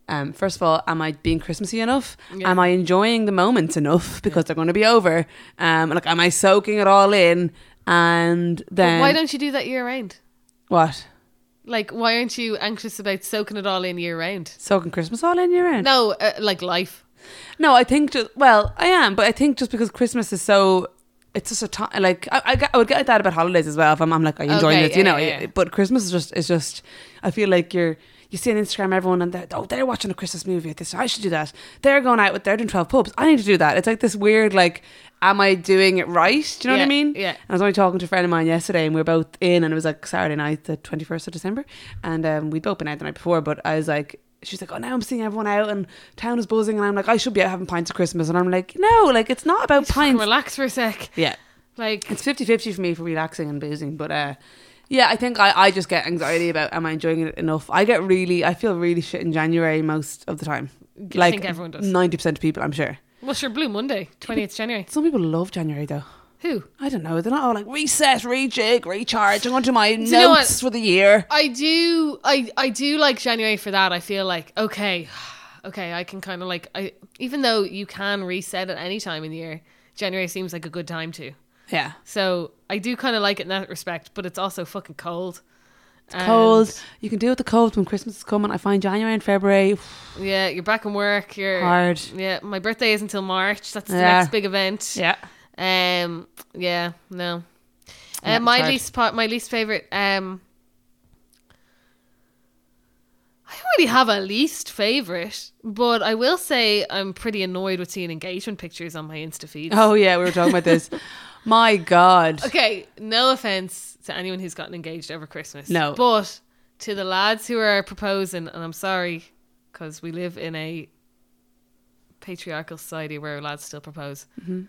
[SPEAKER 1] Um, first of all, am I being Christmassy enough?
[SPEAKER 2] Yeah.
[SPEAKER 1] Am I enjoying the moments enough because they're going to be over? Um, like, am I soaking it all in? And then
[SPEAKER 2] But why don't you do that year round?
[SPEAKER 1] what
[SPEAKER 2] Like, why aren't you anxious about soaking it all in year round?
[SPEAKER 1] soaking Christmas all in your end?
[SPEAKER 2] No, uh, like life.
[SPEAKER 1] No, I think just well, I am, but I think just because Christmas is so, it's just a time. Like I, I, get- I would get like that about holidays as well. If I'm, I'm like, are you enjoying
[SPEAKER 2] Okay,
[SPEAKER 1] this? You
[SPEAKER 2] yeah,
[SPEAKER 1] know,
[SPEAKER 2] yeah, yeah.
[SPEAKER 1] but Christmas is just, it's just. I feel like you're. You see on Instagram everyone and they're, oh they're watching a Christmas movie at this I should do that they're going out with they're doing twelve pubs I need to do that it's like this weird like am I doing it right do you know what
[SPEAKER 2] Yeah,
[SPEAKER 1] I mean
[SPEAKER 2] yeah.
[SPEAKER 1] I was only talking to a friend of mine yesterday, and we were both in, and it was like Saturday night, the twenty first of December, and um, we'd both been out the night before. But I was like, she's like, oh, now I'm seeing everyone out, and town is buzzing, and I'm like, I should be out having pints at Christmas, and I'm like, no, like it's not about
[SPEAKER 2] Fucking
[SPEAKER 1] pints.
[SPEAKER 2] Relax for a sec.
[SPEAKER 1] yeah,
[SPEAKER 2] Like,
[SPEAKER 1] it's 50-50 for me for relaxing and boozing, but uh, yeah, I think I, I just get anxiety about am I enjoying it enough. I get really, I feel really shit in January most of the time.
[SPEAKER 2] I think everyone does.
[SPEAKER 1] Ninety percent of people, I'm sure.
[SPEAKER 2] what's your Blue Monday, 20th January?
[SPEAKER 1] Some people love January though.
[SPEAKER 2] Who?
[SPEAKER 1] I don't know. They're not all like reset, rejig, recharge. I'm going to my
[SPEAKER 2] you know
[SPEAKER 1] notes for the year.
[SPEAKER 2] I do I I do like January for that. I feel like okay, okay, I can kind of like I even though you can reset at any time in the year, January seems like a good time to.
[SPEAKER 1] Yeah,
[SPEAKER 2] So I do kind of like it in that respect, but it's also fucking cold. It's
[SPEAKER 1] cold. You can deal with the cold when Christmas is coming. I find January and February
[SPEAKER 2] Yeah, you're back in work. You're
[SPEAKER 1] hard.
[SPEAKER 2] Yeah, my birthday isn't until March. That's the
[SPEAKER 1] Yeah.
[SPEAKER 2] next big event.
[SPEAKER 1] Yeah,
[SPEAKER 2] Um. Yeah. No. Uh,
[SPEAKER 1] Yeah, it's
[SPEAKER 2] my
[SPEAKER 1] hard.
[SPEAKER 2] least part. My least favorite. Um. I don't really have a least favorite, but I will say I'm pretty annoyed with seeing engagement pictures on my Insta feed.
[SPEAKER 1] Oh yeah, we were talking about this. My God.
[SPEAKER 2] Okay. No offense to anyone who's gotten engaged over Christmas.
[SPEAKER 1] No.
[SPEAKER 2] But to the lads who are proposing, and I'm sorry, because we live in a patriarchal society where lads still propose.
[SPEAKER 1] Mm-hmm.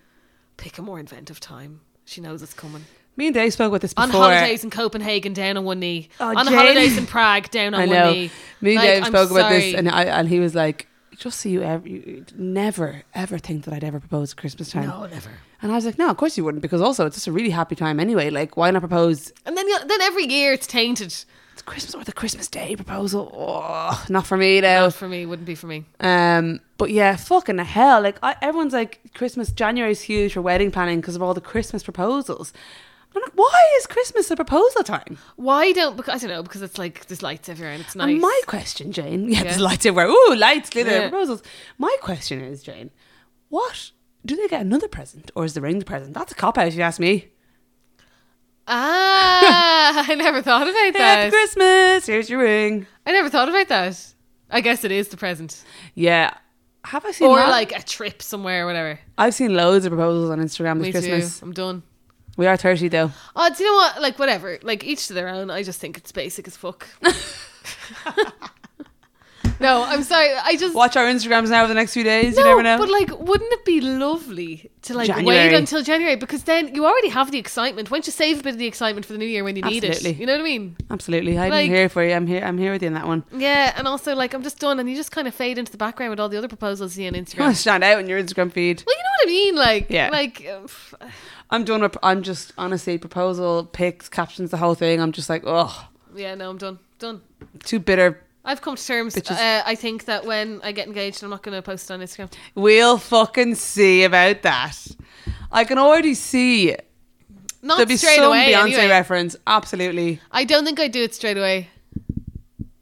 [SPEAKER 2] Pick a more inventive time. She knows it's coming.
[SPEAKER 1] Me and Dave spoke about this before.
[SPEAKER 2] On holidays in Copenhagen, down on one knee.
[SPEAKER 1] Oh,
[SPEAKER 2] on
[SPEAKER 1] Jane.
[SPEAKER 2] holidays in Prague, down on
[SPEAKER 1] I
[SPEAKER 2] one
[SPEAKER 1] know.
[SPEAKER 2] knee.
[SPEAKER 1] Me and
[SPEAKER 2] Like,
[SPEAKER 1] Dave
[SPEAKER 2] I'm
[SPEAKER 1] spoke about this,
[SPEAKER 2] sorry.
[SPEAKER 1] and I and he was like, "Just so you ever, you, you never ever think that I'd ever propose at Christmas time."
[SPEAKER 2] No, never.
[SPEAKER 1] And I was like, "No, of course you wouldn't, because also it's just a really happy time anyway. Like, why not propose
[SPEAKER 2] And then, you- then every year it's tainted.
[SPEAKER 1] it's Christmas or the Christmas Day proposal? Oh, not for me now.
[SPEAKER 2] Not for me, wouldn't be for me.
[SPEAKER 1] Um, but yeah, fucking hell! Like I, everyone's like Christmas. January's huge for wedding planning because of all the Christmas proposals. I'm like, why is Christmas a proposal time?
[SPEAKER 2] Why don't? Because I don't know. Because it's like there's lights everywhere and it's nice.
[SPEAKER 1] And my question, Jane, yeah, there's
[SPEAKER 2] Yeah.
[SPEAKER 1] lights everywhere. Ooh, lights, glitter,
[SPEAKER 2] Yeah.
[SPEAKER 1] proposals. My question is, Jane, what do they get another present or is the ring the present? That's a cop out, if you ask me.
[SPEAKER 2] ah, I never thought about
[SPEAKER 1] Happy
[SPEAKER 2] that.
[SPEAKER 1] Christmas! Here's your ring.
[SPEAKER 2] I never thought about that. I guess it is the present,
[SPEAKER 1] Yeah. Have I seen?
[SPEAKER 2] or
[SPEAKER 1] that?
[SPEAKER 2] like a trip somewhere, or whatever.
[SPEAKER 1] I've seen loads of proposals on Instagram this
[SPEAKER 2] Me
[SPEAKER 1] Christmas.
[SPEAKER 2] too. I'm done.
[SPEAKER 1] We are thirty though.
[SPEAKER 2] Oh, do you know what? Like whatever. Like each to their own. I just think it's basic as fuck. no, I'm sorry. I just
[SPEAKER 1] Watch our Instagrams now over the next few days.
[SPEAKER 2] no,
[SPEAKER 1] you never know.
[SPEAKER 2] but like, wouldn't it be lovely to like
[SPEAKER 1] January.
[SPEAKER 2] wait until January because then you already have the excitement. Why don't you save a bit of the excitement for the new year when you need it?
[SPEAKER 1] Absolutely.
[SPEAKER 2] You know what I mean?
[SPEAKER 1] Absolutely. I'm
[SPEAKER 2] Like-
[SPEAKER 1] here for you. I'm here. I'm here with you on that one.
[SPEAKER 2] Yeah, and also like I'm just done, and you just kind of fade into the background with all the other proposals you see on
[SPEAKER 1] You want
[SPEAKER 2] Instagram.
[SPEAKER 1] to stand out in your Instagram feed.
[SPEAKER 2] Well, you know what I mean, like,
[SPEAKER 1] Yeah.
[SPEAKER 2] like, uh, pff,
[SPEAKER 1] I'm doing. A, I'm just honestly proposal pics, captions, the whole thing. I'm just like, oh,
[SPEAKER 2] yeah, no, I'm done, done.
[SPEAKER 1] too bitter.
[SPEAKER 2] I've come to terms.
[SPEAKER 1] Bitches.
[SPEAKER 2] Uh, I think that when I get engaged, I'm not going to post it on Instagram.
[SPEAKER 1] We'll fucking see about that. I can already see
[SPEAKER 2] Not
[SPEAKER 1] there'll be
[SPEAKER 2] straight
[SPEAKER 1] some
[SPEAKER 2] away.
[SPEAKER 1] Beyonce
[SPEAKER 2] anyway.
[SPEAKER 1] reference. Absolutely.
[SPEAKER 2] I don't think I'd do it straight away.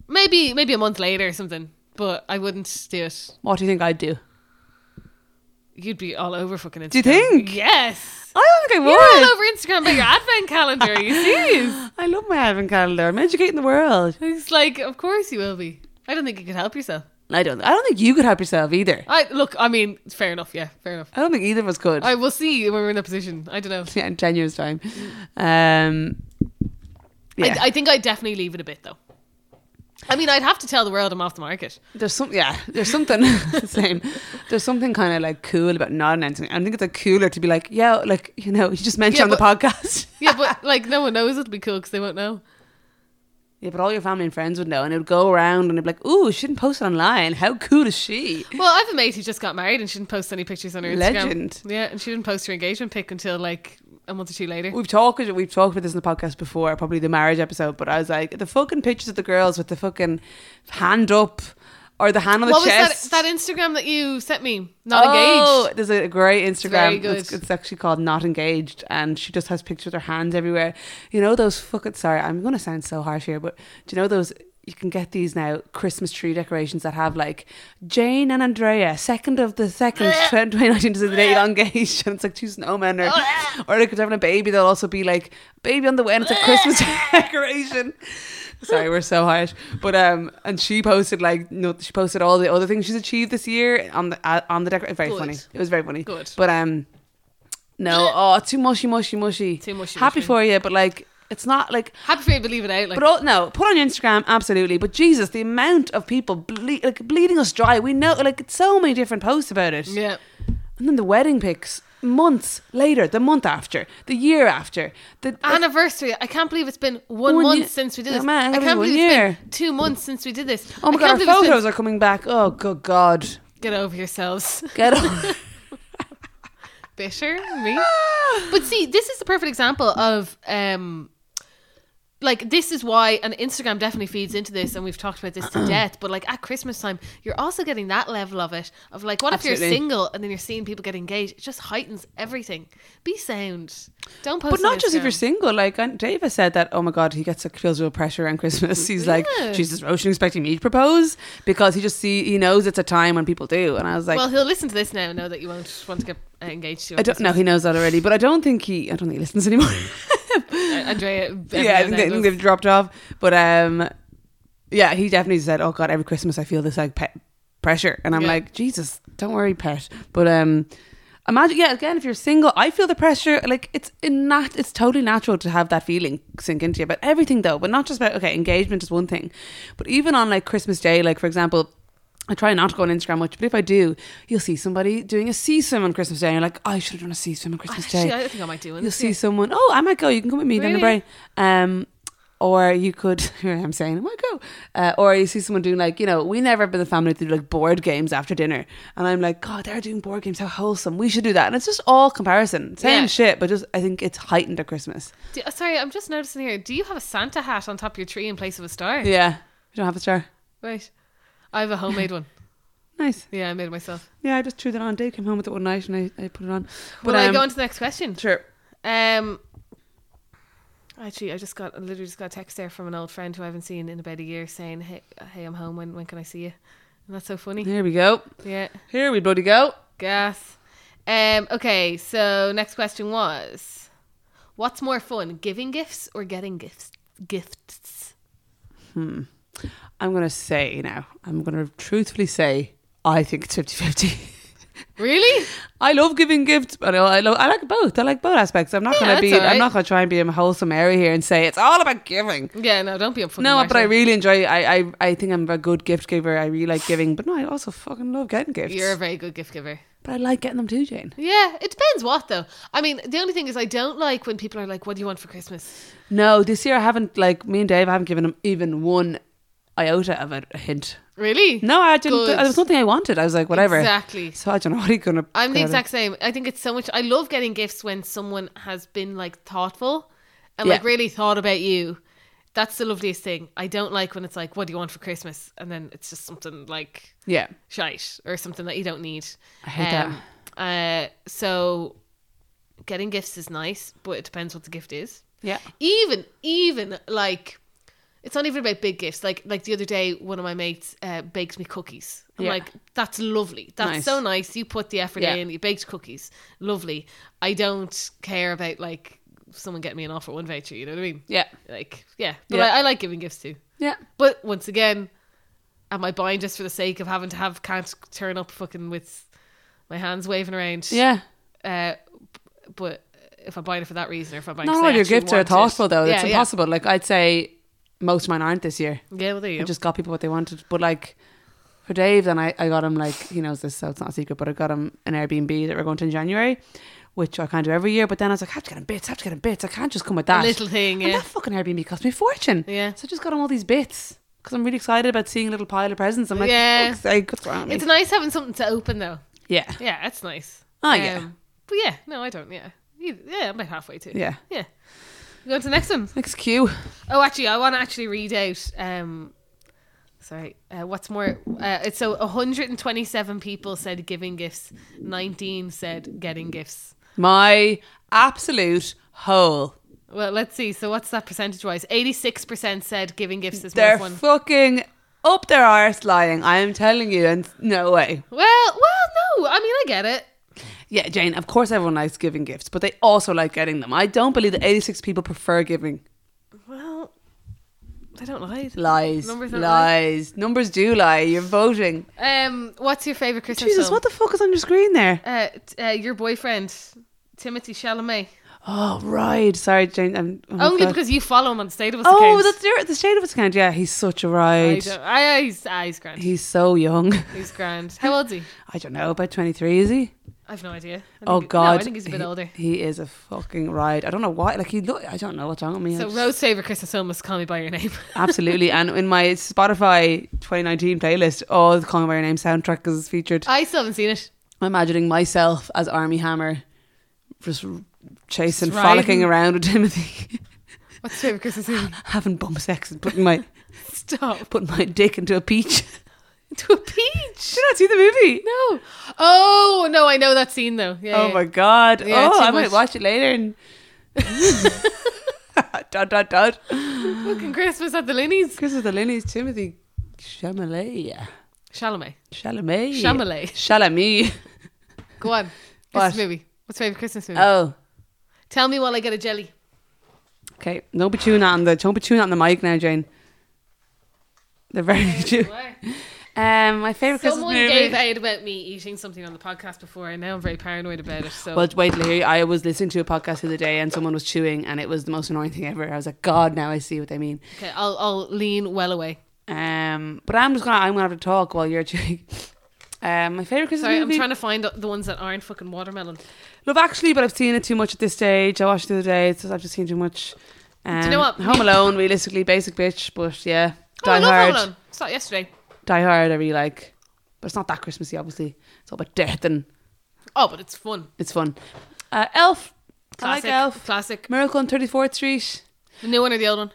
[SPEAKER 2] Maybe, maybe a month later or something. But I wouldn't do it.
[SPEAKER 1] What do you think I'd do?
[SPEAKER 2] You'd be all over fucking Instagram.
[SPEAKER 1] you think?
[SPEAKER 2] Yes.
[SPEAKER 1] I don't think I
[SPEAKER 2] You're all
[SPEAKER 1] would.
[SPEAKER 2] over Instagram about your advent calendar. You see?
[SPEAKER 1] I love my advent calendar. I'm educating the world.
[SPEAKER 2] It's like, of course you will be. I don't think you could help yourself.
[SPEAKER 1] I don't. I don't think you could help yourself either.
[SPEAKER 2] I look. I mean, fair enough. Yeah, fair enough.
[SPEAKER 1] I don't think either of us could.
[SPEAKER 2] I will see when we're in that position. I don't know.
[SPEAKER 1] yeah, in ten years' time. Um, yeah.
[SPEAKER 2] I, I think I definitely leave it a bit though. I mean, I'd have to tell the world I'm off the market.
[SPEAKER 1] There's some, yeah. There's something same. There's something kind of like cool about not announcing. it. I think it's like cooler to be like, yeah, like you know, you just mentioned
[SPEAKER 2] Yeah,
[SPEAKER 1] on the podcast.
[SPEAKER 2] Yeah, but like no one knows it'd be cool because they won't know.
[SPEAKER 1] yeah, but all your family and friends would know, and it would go around, and they'd be like, "Ooh, she didn't post it online. How cool is she?"
[SPEAKER 2] Well, I have a mate who just got married and she didn't post any pictures on her Instagram.
[SPEAKER 1] Legend.
[SPEAKER 2] Yeah, and she didn't post her engagement pic until like a month or two later.
[SPEAKER 1] We've talked we've talked about this in the podcast before, probably the marriage episode, but I was like the fucking pictures of the girls with the fucking hand up or the hand on the
[SPEAKER 2] What was that,
[SPEAKER 1] chest.
[SPEAKER 2] that Instagram that you sent me? Not engaged.
[SPEAKER 1] Oh, There's a great Instagram. It's,
[SPEAKER 2] very good.
[SPEAKER 1] It's, actually called Not Engaged, and she just has pictures with her hands everywhere. You know those fucking. Sorry, I'm gonna sound so harsh here, but do you know those? You can get these now Christmas tree decorations that have like Jane and Andrea, second of the second, 2019 to the date engaged, and it's like two snowmen or or like if they're having a baby, they'll also be like baby on the way, and it's a Christmas decoration. Sorry, we're so harsh. But um, and she posted like no, she posted all the other things she's achieved this year on the uh, on the decoration. Very
[SPEAKER 2] Good.
[SPEAKER 1] funny. It was very funny.
[SPEAKER 2] Good.
[SPEAKER 1] But um, no, oh, too mushy, mushy, mushy.
[SPEAKER 2] Too mushy,
[SPEAKER 1] Happy
[SPEAKER 2] mushy.
[SPEAKER 1] for you, but like it's not like.
[SPEAKER 2] Happy for you to leave it out. Like,
[SPEAKER 1] Oh. But all, no, put on your Instagram, absolutely. But Jesus, the amount of people ble- like bleeding us dry. We know, like, it's so many different posts about it.
[SPEAKER 2] yeah.
[SPEAKER 1] And then the wedding pics months later, the month after, the year after. The,
[SPEAKER 2] Anniversary. I can't believe it's been one,
[SPEAKER 1] One
[SPEAKER 2] month
[SPEAKER 1] year-
[SPEAKER 2] since we did
[SPEAKER 1] Yeah,
[SPEAKER 2] this.
[SPEAKER 1] man,
[SPEAKER 2] I
[SPEAKER 1] it was
[SPEAKER 2] can't
[SPEAKER 1] one
[SPEAKER 2] believe
[SPEAKER 1] year.
[SPEAKER 2] it's been two months since we did this.
[SPEAKER 1] oh my
[SPEAKER 2] I can't
[SPEAKER 1] God, our
[SPEAKER 2] believe it's been-
[SPEAKER 1] photos are coming back. Oh, good God.
[SPEAKER 2] Get over yourselves.
[SPEAKER 1] Get on.
[SPEAKER 2] Bitter me. But see, this is the perfect example of um like this is why and Instagram definitely feeds into this and we've talked about this to death, but like at Christmas time, you're also getting that level of it of like what if you're
[SPEAKER 1] Absolutely.
[SPEAKER 2] single and then you're seeing people get engaged? It just heightens everything. Be sound. Don't post
[SPEAKER 1] But
[SPEAKER 2] on
[SPEAKER 1] not just if you're
[SPEAKER 2] Instagram.
[SPEAKER 1] single. Like and Dave has said that. Oh my God, he gets a feels real pressure around Christmas. He's like,
[SPEAKER 2] Yeah.
[SPEAKER 1] Jesus, Roche isn't expecting me to propose because he just see he knows it's a time when people do. And I was like,
[SPEAKER 2] well, he'll listen to this now and know that you won't want to get uh, engaged to
[SPEAKER 1] I don't know. He knows that already, but I don't think he. I don't think he listens anymore.
[SPEAKER 2] uh, Andrea.
[SPEAKER 1] yeah, I think, they, I think they've dropped off. But um, yeah, he definitely said, "Oh God, every Christmas I feel this like pet pressure," and I'm
[SPEAKER 2] Yeah.
[SPEAKER 1] like, "Jesus, don't worry, pet." But um, imagine, yeah, again, if you're single, I feel the pressure. Like it's in nat- it's totally natural to have that feeling sink into you about everything, though, but not just about okay, engagement is one thing, but even on like Christmas Day, like for example. I try not to go on Instagram much, but if I do, you'll see somebody doing a sea swim on Christmas Day, and you're like, "I should have done a sea swim on Christmas Day."
[SPEAKER 2] Actually, I don't think I might do one.
[SPEAKER 1] You'll
[SPEAKER 2] this
[SPEAKER 1] see
[SPEAKER 2] year.
[SPEAKER 1] someone. Oh, I might go. You can come with me down the
[SPEAKER 2] Really?
[SPEAKER 1] bray. Um, or you could. Here I'm saying I might go. Uh, or you see someone doing like you know we never have been the family to do like board games after dinner, and I'm like, God, they're doing board games. How wholesome. We should do that. And it's just all comparison, same
[SPEAKER 2] Yeah.
[SPEAKER 1] shit, but just I think it's heightened at Christmas.
[SPEAKER 2] Do- oh, sorry, I'm just noticing here. Do you have a Santa hat on top of your tree in place of a star?
[SPEAKER 1] Yeah, you don't have a star.
[SPEAKER 2] Right. I have a homemade one.
[SPEAKER 1] Nice.
[SPEAKER 2] Yeah, I made it myself.
[SPEAKER 1] Yeah, I just threw that on. Dave came home with it one night, and I, I put it on.
[SPEAKER 2] But Will I
[SPEAKER 1] um,
[SPEAKER 2] go on to the next question?
[SPEAKER 1] Sure.
[SPEAKER 2] Um, actually, I just got I literally just got a text there from an old friend who I haven't seen in about a year saying, "Hey, hey, I'm home. When when can I see you?" And that's so funny.
[SPEAKER 1] Here we go.
[SPEAKER 2] Yeah,
[SPEAKER 1] Here we bloody go.
[SPEAKER 2] gas. Um, okay, so next question was, what's more fun, giving gifts or getting gifts? Gifts.
[SPEAKER 1] I'm gonna say now. I'm gonna truthfully say I think it's 50-50.
[SPEAKER 2] Really?
[SPEAKER 1] I love giving gifts, but I love I like both. I like both aspects. I'm not
[SPEAKER 2] Yeah,
[SPEAKER 1] gonna be.
[SPEAKER 2] that's all right.
[SPEAKER 1] I'm not gonna try and be a wholesome Mary here and say it's all about giving.
[SPEAKER 2] Yeah. No, don't be a fucking.
[SPEAKER 1] No, but I
[SPEAKER 2] martyr.
[SPEAKER 1] really enjoy. I, I I think I'm a good gift giver. I really like giving, but no, I also fucking love getting gifts.
[SPEAKER 2] You're a very good gift giver.
[SPEAKER 1] but I like getting them too, Jane.
[SPEAKER 2] Yeah, it depends what though. I mean, the only thing is I don't like when people are like, "What do you want for Christmas?"
[SPEAKER 1] No, this year I haven't. Like me and Dave, I haven't given him even one iota of a a hint.
[SPEAKER 2] Really?
[SPEAKER 1] No, I didn't.
[SPEAKER 2] Good.
[SPEAKER 1] There was nothing I wanted. I was like, whatever.
[SPEAKER 2] Exactly.
[SPEAKER 1] So I don't know what he's gonna.
[SPEAKER 2] I'm the
[SPEAKER 1] gonna-
[SPEAKER 2] exact same. I think it's so much. I love getting gifts when someone has been like thoughtful and like
[SPEAKER 1] Yeah.
[SPEAKER 2] really thought about you. That's the loveliest thing. I don't like when it's like, "What do you want for Christmas?" and then it's just something like
[SPEAKER 1] Yeah.
[SPEAKER 2] shite or something that you don't need. I
[SPEAKER 1] hate
[SPEAKER 2] that. Uh, so, getting gifts is nice, but it depends what the gift is.
[SPEAKER 1] Yeah.
[SPEAKER 2] even even like it's not even about big gifts like like the other day one of my mates uh, baked me cookies i'm
[SPEAKER 1] Yeah.
[SPEAKER 2] like that's lovely that's
[SPEAKER 1] Nice.
[SPEAKER 2] so nice you put the effort
[SPEAKER 1] Yeah.
[SPEAKER 2] in you baked cookies lovely i don't care about like someone getting me an offer one voucher you know what i mean
[SPEAKER 1] Yeah.
[SPEAKER 2] like yeah but
[SPEAKER 1] Yeah.
[SPEAKER 2] I, I like giving gifts too
[SPEAKER 1] Yeah.
[SPEAKER 2] but once again am i buying just for the sake of having to have can't turn up fucking with my hands waving around
[SPEAKER 1] Yeah.
[SPEAKER 2] uh, b- but if i'm buying it for that reason or if i'm buying
[SPEAKER 1] Not
[SPEAKER 2] because I
[SPEAKER 1] all your
[SPEAKER 2] actually
[SPEAKER 1] gifts are
[SPEAKER 2] want it-
[SPEAKER 1] thoughtful though. It's
[SPEAKER 2] Yeah, yeah.
[SPEAKER 1] impossible. Like I'd say, most of mine aren't this year.
[SPEAKER 2] Yeah, well, there you
[SPEAKER 1] I
[SPEAKER 2] go.
[SPEAKER 1] just got people what they wanted. But like for Dave, then I, I got him like he knows this, so it's not a secret. But I got him an Airbnb that we're going to in January, which I kind of do every year. But then I was like, I have to get him bits, I have to get him bits. I can't just come with that.
[SPEAKER 2] A little thing,
[SPEAKER 1] And
[SPEAKER 2] yeah.
[SPEAKER 1] that fucking Airbnb cost me a fortune.
[SPEAKER 2] Yeah.
[SPEAKER 1] So I just got him all these bits because I'm really excited about seeing a little pile of presents. I'm like,
[SPEAKER 2] Yeah.
[SPEAKER 1] yeah, sake, what's wrong with me?
[SPEAKER 2] It's nice having something to open, though.
[SPEAKER 1] yeah,
[SPEAKER 2] Yeah, that's nice. Um,
[SPEAKER 1] Oh, yeah.
[SPEAKER 2] But yeah, no, I don't. Yeah. Either- Yeah, I'm about halfway too.
[SPEAKER 1] yeah.
[SPEAKER 2] Yeah. We Go on to the next one.
[SPEAKER 1] Next cue.
[SPEAKER 2] Oh, actually, I want to actually read out. Um, sorry, uh, what's more? Uh, it's so 127 people said giving gifts, 19 said getting gifts.
[SPEAKER 1] My absolute hole.
[SPEAKER 2] Well, let's see. So, what's that percentage wise? 86% said giving gifts is
[SPEAKER 1] They're
[SPEAKER 2] more fun.
[SPEAKER 1] fucking up their arse lying. I am telling you, and no way.
[SPEAKER 2] well, well, no. I mean, I get it.
[SPEAKER 1] Yeah, Jane, of course everyone likes giving gifts, but they also like getting them. I don't believe that 86 people prefer giving.
[SPEAKER 2] Well, I don't lie.
[SPEAKER 1] Lies.
[SPEAKER 2] Numbers don't lie.
[SPEAKER 1] lies. Numbers do lie. You're voting.
[SPEAKER 2] Um, what's your favorite Christmas
[SPEAKER 1] Jesus,
[SPEAKER 2] film?
[SPEAKER 1] what the fuck is on your screen there?
[SPEAKER 2] uh, t- uh, your boyfriend, Timothy Chalamet.
[SPEAKER 1] Oh, right. Sorry, Jane. I'm, oh my
[SPEAKER 2] Only
[SPEAKER 1] God.
[SPEAKER 2] because you follow him on State of Us
[SPEAKER 1] Oh,
[SPEAKER 2] account.
[SPEAKER 1] that's the, the shade of his account. Yeah, he's such a
[SPEAKER 2] I
[SPEAKER 1] ride.
[SPEAKER 2] don't, I, I, he's, ah, he's grand.
[SPEAKER 1] He's so young.
[SPEAKER 2] He's grand. How old's he?
[SPEAKER 1] I don't know, about 23, is he?
[SPEAKER 2] I have no idea. I
[SPEAKER 1] Oh,
[SPEAKER 2] think-
[SPEAKER 1] God.
[SPEAKER 2] No, I think he's a bit
[SPEAKER 1] He-
[SPEAKER 2] older.
[SPEAKER 1] He is a fucking ride. I don't know why. Like, he look, I don't know what's wrong with me.
[SPEAKER 2] So
[SPEAKER 1] I just-
[SPEAKER 2] Rose favorite Christmas film was Call Me by Your Name.
[SPEAKER 1] Absolutely. and in my Spotify 2019 playlist, all the Call Me By Your Name soundtrack is featured.
[SPEAKER 2] I still haven't seen it.
[SPEAKER 1] I'm imagining myself as Army Hammer just r- chasing,
[SPEAKER 2] Just riding.
[SPEAKER 1] frolicking around with Timothy,
[SPEAKER 2] What's your favorite Christmas movie?
[SPEAKER 1] having bum sex and putting my
[SPEAKER 2] Stop.
[SPEAKER 1] putting my dick into a peach.
[SPEAKER 2] To a peach.
[SPEAKER 1] Did I see the movie?
[SPEAKER 2] No. Oh no, I know that scene though. Yeah.
[SPEAKER 1] Oh
[SPEAKER 2] yeah.
[SPEAKER 1] my god.
[SPEAKER 2] Yeah,
[SPEAKER 1] oh,
[SPEAKER 2] too
[SPEAKER 1] I
[SPEAKER 2] much.
[SPEAKER 1] might watch it later and dot dot dot.
[SPEAKER 2] Fucking Christmas at the Linneys.
[SPEAKER 1] Chris of the Linneys, Timothy Chalamet.
[SPEAKER 2] Chalamet.
[SPEAKER 1] Chalamet.
[SPEAKER 2] Chalamet.
[SPEAKER 1] Chalamet.
[SPEAKER 2] Go on.
[SPEAKER 1] What?
[SPEAKER 2] Christmas movie. What's your favorite Christmas movie?
[SPEAKER 1] Oh.
[SPEAKER 2] Tell me while I get a jelly.
[SPEAKER 1] Okay, don't be tuning on the don't be tuning on the mic now, Jane. They're very tuned. Um, my favorite Christmas
[SPEAKER 2] Someone
[SPEAKER 1] movie.
[SPEAKER 2] gave out about me eating something on the podcast before, and now I'm very paranoid about it. So
[SPEAKER 1] well, wait till I hear you. I was listening to a podcast the other day, and someone was chewing, and it was the most annoying thing ever. I was like, God, now I see what they mean.
[SPEAKER 2] okay, I'll I'll lean well away.
[SPEAKER 1] Um, but I'm just gonna I'm gonna have to talk while you're chewing. Um, my favorite Christmas
[SPEAKER 2] Sorry, I'm
[SPEAKER 1] movie.
[SPEAKER 2] trying to find the ones that aren't fucking watermelon.
[SPEAKER 1] Love Actually, but I've seen it too much at this stage. I watched it the other day, so I've just seen too much. Um,
[SPEAKER 2] you know what?
[SPEAKER 1] Home Alone, realistically, basic bitch, but yeah,
[SPEAKER 2] Oh, I
[SPEAKER 1] Die
[SPEAKER 2] love
[SPEAKER 1] Hard.
[SPEAKER 2] Home Alone. Saw it yesterday.
[SPEAKER 1] Die Hard, I really like. But it's not that Christmassy, obviously. It's all about death and
[SPEAKER 2] Oh, but it's fun.
[SPEAKER 1] it's fun. Uh, Elf.
[SPEAKER 2] Classic.
[SPEAKER 1] I like Elf.
[SPEAKER 2] Classic.
[SPEAKER 1] Miracle on 34th Street.
[SPEAKER 2] The new one or the old one?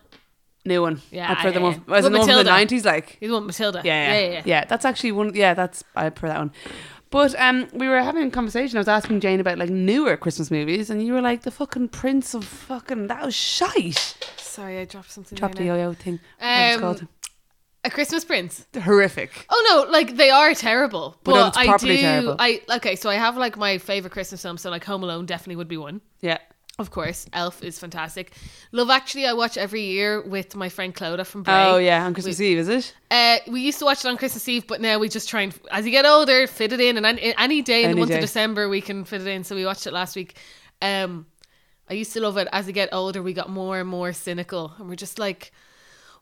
[SPEAKER 1] New one.
[SPEAKER 2] Yeah,
[SPEAKER 1] I prefer the
[SPEAKER 2] yeah,
[SPEAKER 1] one,
[SPEAKER 2] yeah.
[SPEAKER 1] as
[SPEAKER 2] With
[SPEAKER 1] the one from the
[SPEAKER 2] Matilda.
[SPEAKER 1] 90s, like.
[SPEAKER 2] You want Matilda?
[SPEAKER 1] Yeah yeah,
[SPEAKER 2] yeah, yeah.
[SPEAKER 1] that's actually one. Yeah, that's I prefer that one. But um, we were having a conversation. I was asking Jane about like newer Christmas movies, and you were like, "The fucking Prince of fucking that was shite."
[SPEAKER 2] Sorry, I dropped something.
[SPEAKER 1] Drop the
[SPEAKER 2] there now.
[SPEAKER 1] yo-yo thing. Whatever it's
[SPEAKER 2] Um,
[SPEAKER 1] called.
[SPEAKER 2] A Christmas Prince.
[SPEAKER 1] horrific.
[SPEAKER 2] Oh no, like they are terrible,
[SPEAKER 1] But
[SPEAKER 2] but,
[SPEAKER 1] no, it's
[SPEAKER 2] I
[SPEAKER 1] properly
[SPEAKER 2] do.
[SPEAKER 1] terrible.
[SPEAKER 2] I okay, so I have like my favorite Christmas films. So like Home Alone definitely would be one.
[SPEAKER 1] Yeah,
[SPEAKER 2] Of course, Elf is fantastic. Love Actually, I watch every year with my friend Clodagh from Bray.
[SPEAKER 1] Oh yeah, on Christmas Eve, is it?
[SPEAKER 2] Uh, we used to watch it on Christmas Eve, but now we just try and, as you get older, fit it in. And any, any day in the
[SPEAKER 1] Any
[SPEAKER 2] month of
[SPEAKER 1] day.
[SPEAKER 2] December, we can fit it in. So we watched it last week. Um, I used to love it. As I get older, we got more and more cynical, and we're just like,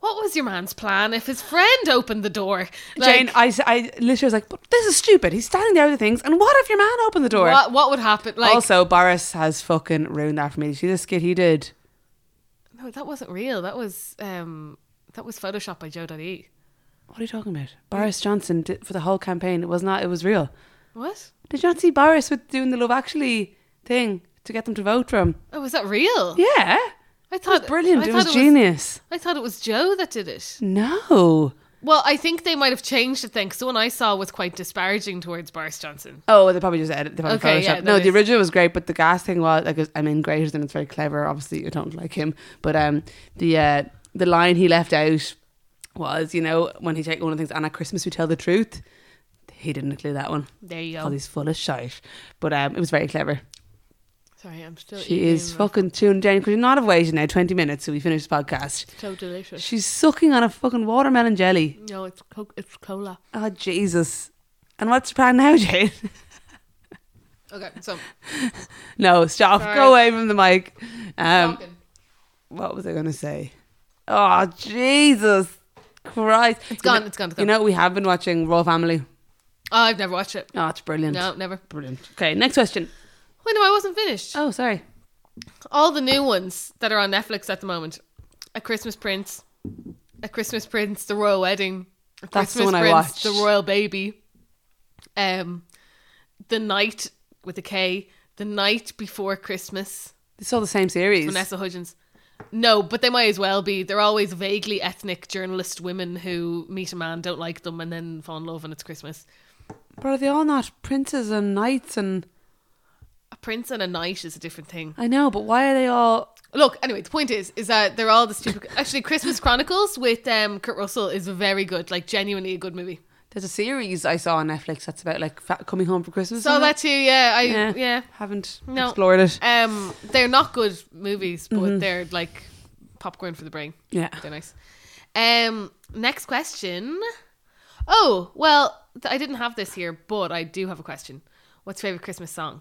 [SPEAKER 2] "What was your man's plan if his friend opened the door?" Like,
[SPEAKER 1] Jane, I, s- I literally was like, but this is stupid. He's standing there with the things, and what if your man opened the door?
[SPEAKER 2] what what would happen? Like,
[SPEAKER 1] also, Boris has fucking ruined that for me. Did you See the skit he did.
[SPEAKER 2] no, that wasn't real. That was um, that was photoshopped by Joe.e.
[SPEAKER 1] What are you talking about?
[SPEAKER 2] Mm.
[SPEAKER 1] Boris Johnson did, for the whole campaign. It was not. It was real.
[SPEAKER 2] What?
[SPEAKER 1] Did you not see Boris with doing the Love Actually thing to get them to vote for him?
[SPEAKER 2] Oh, was that real?
[SPEAKER 1] Yeah,
[SPEAKER 2] I
[SPEAKER 1] that was
[SPEAKER 2] thought
[SPEAKER 1] brilliant.
[SPEAKER 2] I
[SPEAKER 1] it
[SPEAKER 2] thought
[SPEAKER 1] was genius.
[SPEAKER 2] I thought it was Joe that did it.
[SPEAKER 1] No.
[SPEAKER 2] Well, I think they might have changed it then, because the one I saw was quite disparaging towards Boris Johnson.
[SPEAKER 1] Oh, they probably just edit. They probably
[SPEAKER 2] Okay,
[SPEAKER 1] photoshopped.
[SPEAKER 2] yeah,
[SPEAKER 1] no,
[SPEAKER 2] that
[SPEAKER 1] the
[SPEAKER 2] is-
[SPEAKER 1] original was great, but the gas thing was like, I mean, greater than it's very clever. Obviously, you don't like him, but um, the uh, the line he left out was, you know, when he take one of the things, and at Christmas we tell the truth. He didn't include that one.
[SPEAKER 2] There you
[SPEAKER 1] Oh,
[SPEAKER 2] go.
[SPEAKER 1] he's full of shite. But um, it was very clever.
[SPEAKER 2] Sorry, I'm still.
[SPEAKER 1] She
[SPEAKER 2] eating
[SPEAKER 1] is
[SPEAKER 2] my-
[SPEAKER 1] fucking tuned down because you're not have waited now twenty minutes so we finish the podcast.
[SPEAKER 2] so delicious.
[SPEAKER 1] She's sucking on a fucking watermelon jelly.
[SPEAKER 2] No, it's co- it's cola.
[SPEAKER 1] Oh Jesus! And what's the plan now, Jane?
[SPEAKER 2] Okay, so
[SPEAKER 1] Um, no, stop.
[SPEAKER 2] Sorry.
[SPEAKER 1] Go away from the mic. Um,
[SPEAKER 2] talking.
[SPEAKER 1] what was I going to say? Oh Jesus Christ! It's
[SPEAKER 2] gone, it's gone, it's
[SPEAKER 1] You
[SPEAKER 2] gone.
[SPEAKER 1] know we have been watching Raw Family.
[SPEAKER 2] Oh, I've never watched it.
[SPEAKER 1] Oh, it's brilliant.
[SPEAKER 2] No, never.
[SPEAKER 1] Brilliant. Okay, next question.
[SPEAKER 2] Wait, no, I wasn't finished.
[SPEAKER 1] Oh, sorry.
[SPEAKER 2] All the new ones that are on Netflix at the moment A Christmas Prince, A Christmas Prince, The Royal Wedding, A
[SPEAKER 1] That's the
[SPEAKER 2] Christmas
[SPEAKER 1] one I
[SPEAKER 2] Prince,
[SPEAKER 1] watched.
[SPEAKER 2] The Royal Baby, um, The Night with a K, The Night Before Christmas,
[SPEAKER 1] It's all the same series.
[SPEAKER 2] Vanessa Hudgens. No, but they might as well be. They're always vaguely ethnic journalist women who meet a man, don't like them, and then fall in love, and it's Christmas.
[SPEAKER 1] But are they all not princes and knights and
[SPEAKER 2] A prince and a knight is a different thing.
[SPEAKER 1] I know, but why are they all
[SPEAKER 2] Look, anyway, the point is, is that they're all the stupid. Actually, Christmas Chronicles with um, Kurt Russell is very good, like genuinely a good movie.
[SPEAKER 1] there's a series I saw on Netflix that's about like fa- coming home for Christmas.
[SPEAKER 2] Saw
[SPEAKER 1] and
[SPEAKER 2] that too, yeah, I
[SPEAKER 1] Yeah.
[SPEAKER 2] Mm-hmm. yeah.
[SPEAKER 1] Haven't
[SPEAKER 2] No.
[SPEAKER 1] explored it.
[SPEAKER 2] Um, they're not good movies, but they're like popcorn for the brain.
[SPEAKER 1] Yeah.
[SPEAKER 2] They're nice. Um, next question. Oh well, th- I didn't have this here, but I do have a question. What's your favorite Christmas song?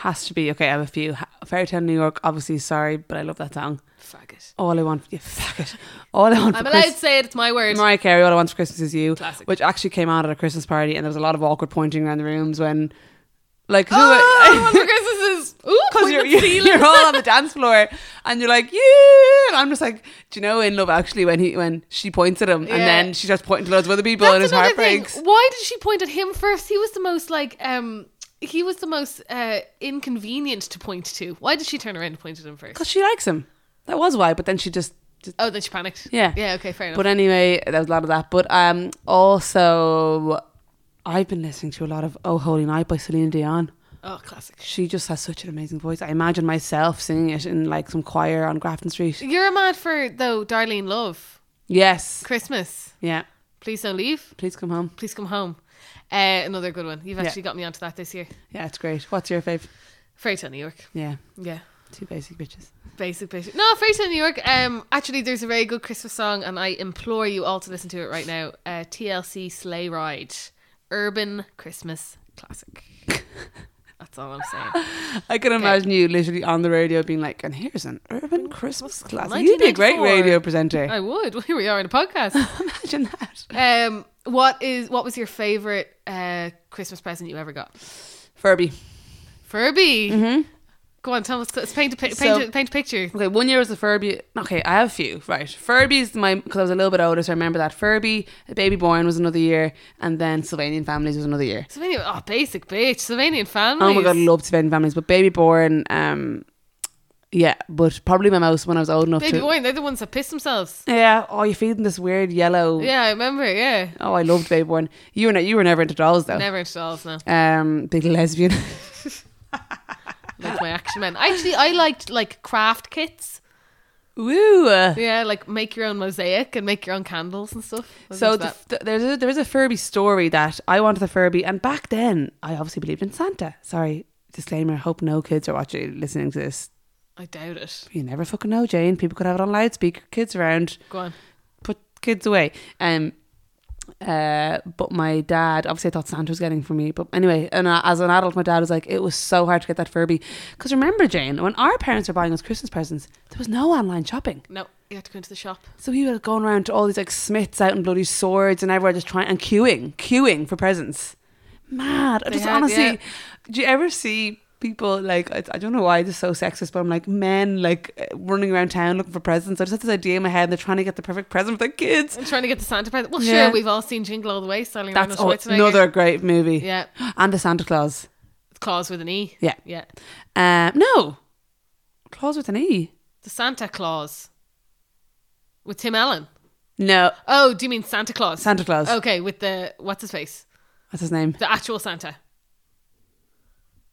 [SPEAKER 1] Has to be. Okay, I have a few. Ha- Fairytale New York, obviously, sorry, but I love that song.
[SPEAKER 2] Fuck it.
[SPEAKER 1] All I want, yeah, fuck it. All I want for
[SPEAKER 2] I'm allowed to
[SPEAKER 1] Christmas.
[SPEAKER 2] say it. It's my word.
[SPEAKER 1] Mariah Carey, All I Want for Christmas Is You,
[SPEAKER 2] Classic.
[SPEAKER 1] which actually came out at a Christmas party, and there was a lot of awkward pointing around the rooms when, like, who-
[SPEAKER 2] Oh, for Christmas is ooh,
[SPEAKER 1] because
[SPEAKER 2] point
[SPEAKER 1] you're,
[SPEAKER 2] at
[SPEAKER 1] you're,
[SPEAKER 2] ceiling.
[SPEAKER 1] you're all on the dance floor and you're like yeah and I'm just like do you know in love actually when he when she points at him and
[SPEAKER 2] Yeah.
[SPEAKER 1] then she starts pointing to loads of other people and his
[SPEAKER 2] another
[SPEAKER 1] heart breaks
[SPEAKER 2] Thing. Why did she point at him first? He was the most like um he was the most uh inconvenient to point to. Why did she turn around and point at him first?
[SPEAKER 1] because she likes him that was why but then she just, just-
[SPEAKER 2] Oh, then she panicked.
[SPEAKER 1] Yeah.
[SPEAKER 2] Yeah, okay, fair enough.
[SPEAKER 1] but anyway there was a lot of that but um also I've been listening to a lot of Oh Holy Night by Celine Dion
[SPEAKER 2] oh, classic.
[SPEAKER 1] she just has such an amazing voice I imagine myself singing it in like some choir on Grafton Street
[SPEAKER 2] You're mad for though, Darlene Love.
[SPEAKER 1] yes
[SPEAKER 2] Christmas.
[SPEAKER 1] yeah
[SPEAKER 2] Please don't leave.
[SPEAKER 1] please come home
[SPEAKER 2] Please come home. Uh, another good one. You've actually got me onto that this year.
[SPEAKER 1] yeah it's great what's your fave
[SPEAKER 2] Fairy Tale New York.
[SPEAKER 1] yeah
[SPEAKER 2] Yeah.
[SPEAKER 1] two basic bitches
[SPEAKER 2] Basic basic. No, Fairy Tale New York. Um actually there's a very good Christmas song and I implore you all to listen to it right now. Uh, TLC Sleigh Ride. Urban Christmas classic. That's all I'm saying.
[SPEAKER 1] I can imagine you literally on the radio being like, and here's an urban Christmas classic. You'd be a great
[SPEAKER 2] 1994.
[SPEAKER 1] radio presenter.
[SPEAKER 2] I would. Here we are in a podcast.
[SPEAKER 1] imagine that.
[SPEAKER 2] Um what is what was your favorite uh Christmas present you ever got?
[SPEAKER 1] Furby.
[SPEAKER 2] Furby. Go on, tell us. let's Paint a, pi- paint,
[SPEAKER 1] Mm-hmm. So-
[SPEAKER 2] a, paint a picture.
[SPEAKER 1] Okay, one year was the Furby. Okay, I have a few. Right. Furby's my, because I was a little bit older, so I remember that. Furby, Baby Born was another year, and then Sylvanian Families was another year.
[SPEAKER 2] Slovenian, oh, basic bitch. Slovenian families.
[SPEAKER 1] Oh my God, I loved Sylvanian Families, but Baby Born, um, yeah, but probably my most when I was old enough
[SPEAKER 2] Baby
[SPEAKER 1] to.
[SPEAKER 2] boy, they're the ones that piss themselves.
[SPEAKER 1] Yeah, oh, you're feeding this weird yellow.
[SPEAKER 2] Yeah, I remember. Yeah,
[SPEAKER 1] Oh, I loved Baby Born. You were, not, you were never into dolls, though.
[SPEAKER 2] never into dolls now.
[SPEAKER 1] Um, big lesbian.
[SPEAKER 2] Like my action men. Actually, I liked like craft kits.
[SPEAKER 1] Woo!
[SPEAKER 2] Yeah, like make your own mosaic and make your own candles and stuff. I was
[SPEAKER 1] So
[SPEAKER 2] into
[SPEAKER 1] the,
[SPEAKER 2] that.
[SPEAKER 1] th- there's a, there is a Furby story that I wanted the Furby, and back then I obviously believed in Santa. Sorry, disclaimer. I Hope no kids are watching, listening to this.
[SPEAKER 2] I doubt it.
[SPEAKER 1] You never fucking know, Jane. People could have it on loudspeaker. Kids around,
[SPEAKER 2] Go on.
[SPEAKER 1] put kids away. Um, uh, but my dad obviously I thought Santa was getting for me. But anyway, and uh, as an adult, my dad was like, it was so hard to get that Furby. Because remember, Jane, when our parents were buying us Christmas presents, there was no online shopping.
[SPEAKER 2] No, you have to go into the shop.
[SPEAKER 1] So he was going around to all these like smiths out and bloody swords and everywhere just trying and queuing, queuing for presents. Mad. I
[SPEAKER 2] They
[SPEAKER 1] just
[SPEAKER 2] had-
[SPEAKER 1] honestly,
[SPEAKER 2] yeah.
[SPEAKER 1] do you ever see people like, I, I don't know why this is so sexist, but I'm like, men like uh, running around town looking for presents. I just have this idea in my head and they're trying to get the perfect present for their kids.
[SPEAKER 2] I'm trying to get the Santa present. Well,
[SPEAKER 1] Yeah.
[SPEAKER 2] sure, we've all seen Jingle All the Way, Sally
[SPEAKER 1] That's
[SPEAKER 2] Arnold
[SPEAKER 1] oh,
[SPEAKER 2] Schwarzenegger.
[SPEAKER 1] another great movie.
[SPEAKER 2] Yeah,
[SPEAKER 1] And the Santa Claus.
[SPEAKER 2] claws with an e.
[SPEAKER 1] Yeah.
[SPEAKER 2] yeah.
[SPEAKER 1] Um, no. Claus with an E.
[SPEAKER 2] The Santa Claus with Tim Allen.
[SPEAKER 1] No.
[SPEAKER 2] Oh, do you mean Santa Claus?
[SPEAKER 1] Santa Claus.
[SPEAKER 2] Okay, with the what's his face?
[SPEAKER 1] That's his name.
[SPEAKER 2] The actual Santa.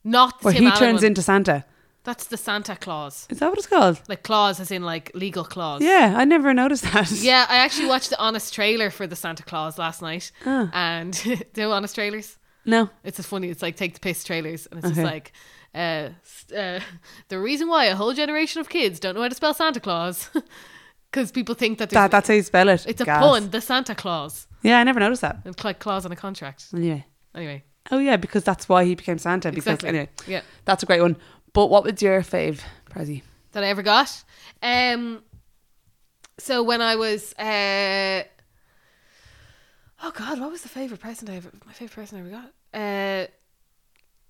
[SPEAKER 2] Not the
[SPEAKER 1] Where
[SPEAKER 2] Tim
[SPEAKER 1] he
[SPEAKER 2] Allen
[SPEAKER 1] turns
[SPEAKER 2] one.
[SPEAKER 1] into Santa.
[SPEAKER 2] That's the Santa Claus.
[SPEAKER 1] Is that what it's called?
[SPEAKER 2] Like clause as in like legal clause.
[SPEAKER 1] Yeah, I never noticed that.
[SPEAKER 2] Yeah, I actually watched the honest trailer for the Santa Claus last night.
[SPEAKER 1] Oh.
[SPEAKER 2] And do honest trailers?
[SPEAKER 1] No.
[SPEAKER 2] It's just funny. It's like take the piss trailers, and it's
[SPEAKER 1] Okay.
[SPEAKER 2] just like uh, s- uh, the reason why a whole generation of kids don't know how to spell Santa Claus because people think that, there's
[SPEAKER 1] That, that's how you spell it.
[SPEAKER 2] it's a
[SPEAKER 1] Gas.
[SPEAKER 2] pun. The Santa Claus
[SPEAKER 1] Yeah, I never noticed that.
[SPEAKER 2] and like clause on a contract.
[SPEAKER 1] Anyway.
[SPEAKER 2] Anyway,
[SPEAKER 1] Oh yeah, because that's why he became Santa. Because
[SPEAKER 2] exactly.
[SPEAKER 1] anyway,
[SPEAKER 2] yeah.
[SPEAKER 1] that's a great one. But what was your fave, Prezi?
[SPEAKER 2] that I ever got. Um, so when I was, uh, oh God, what was the favorite present I ever? My favorite present I ever got. Uh,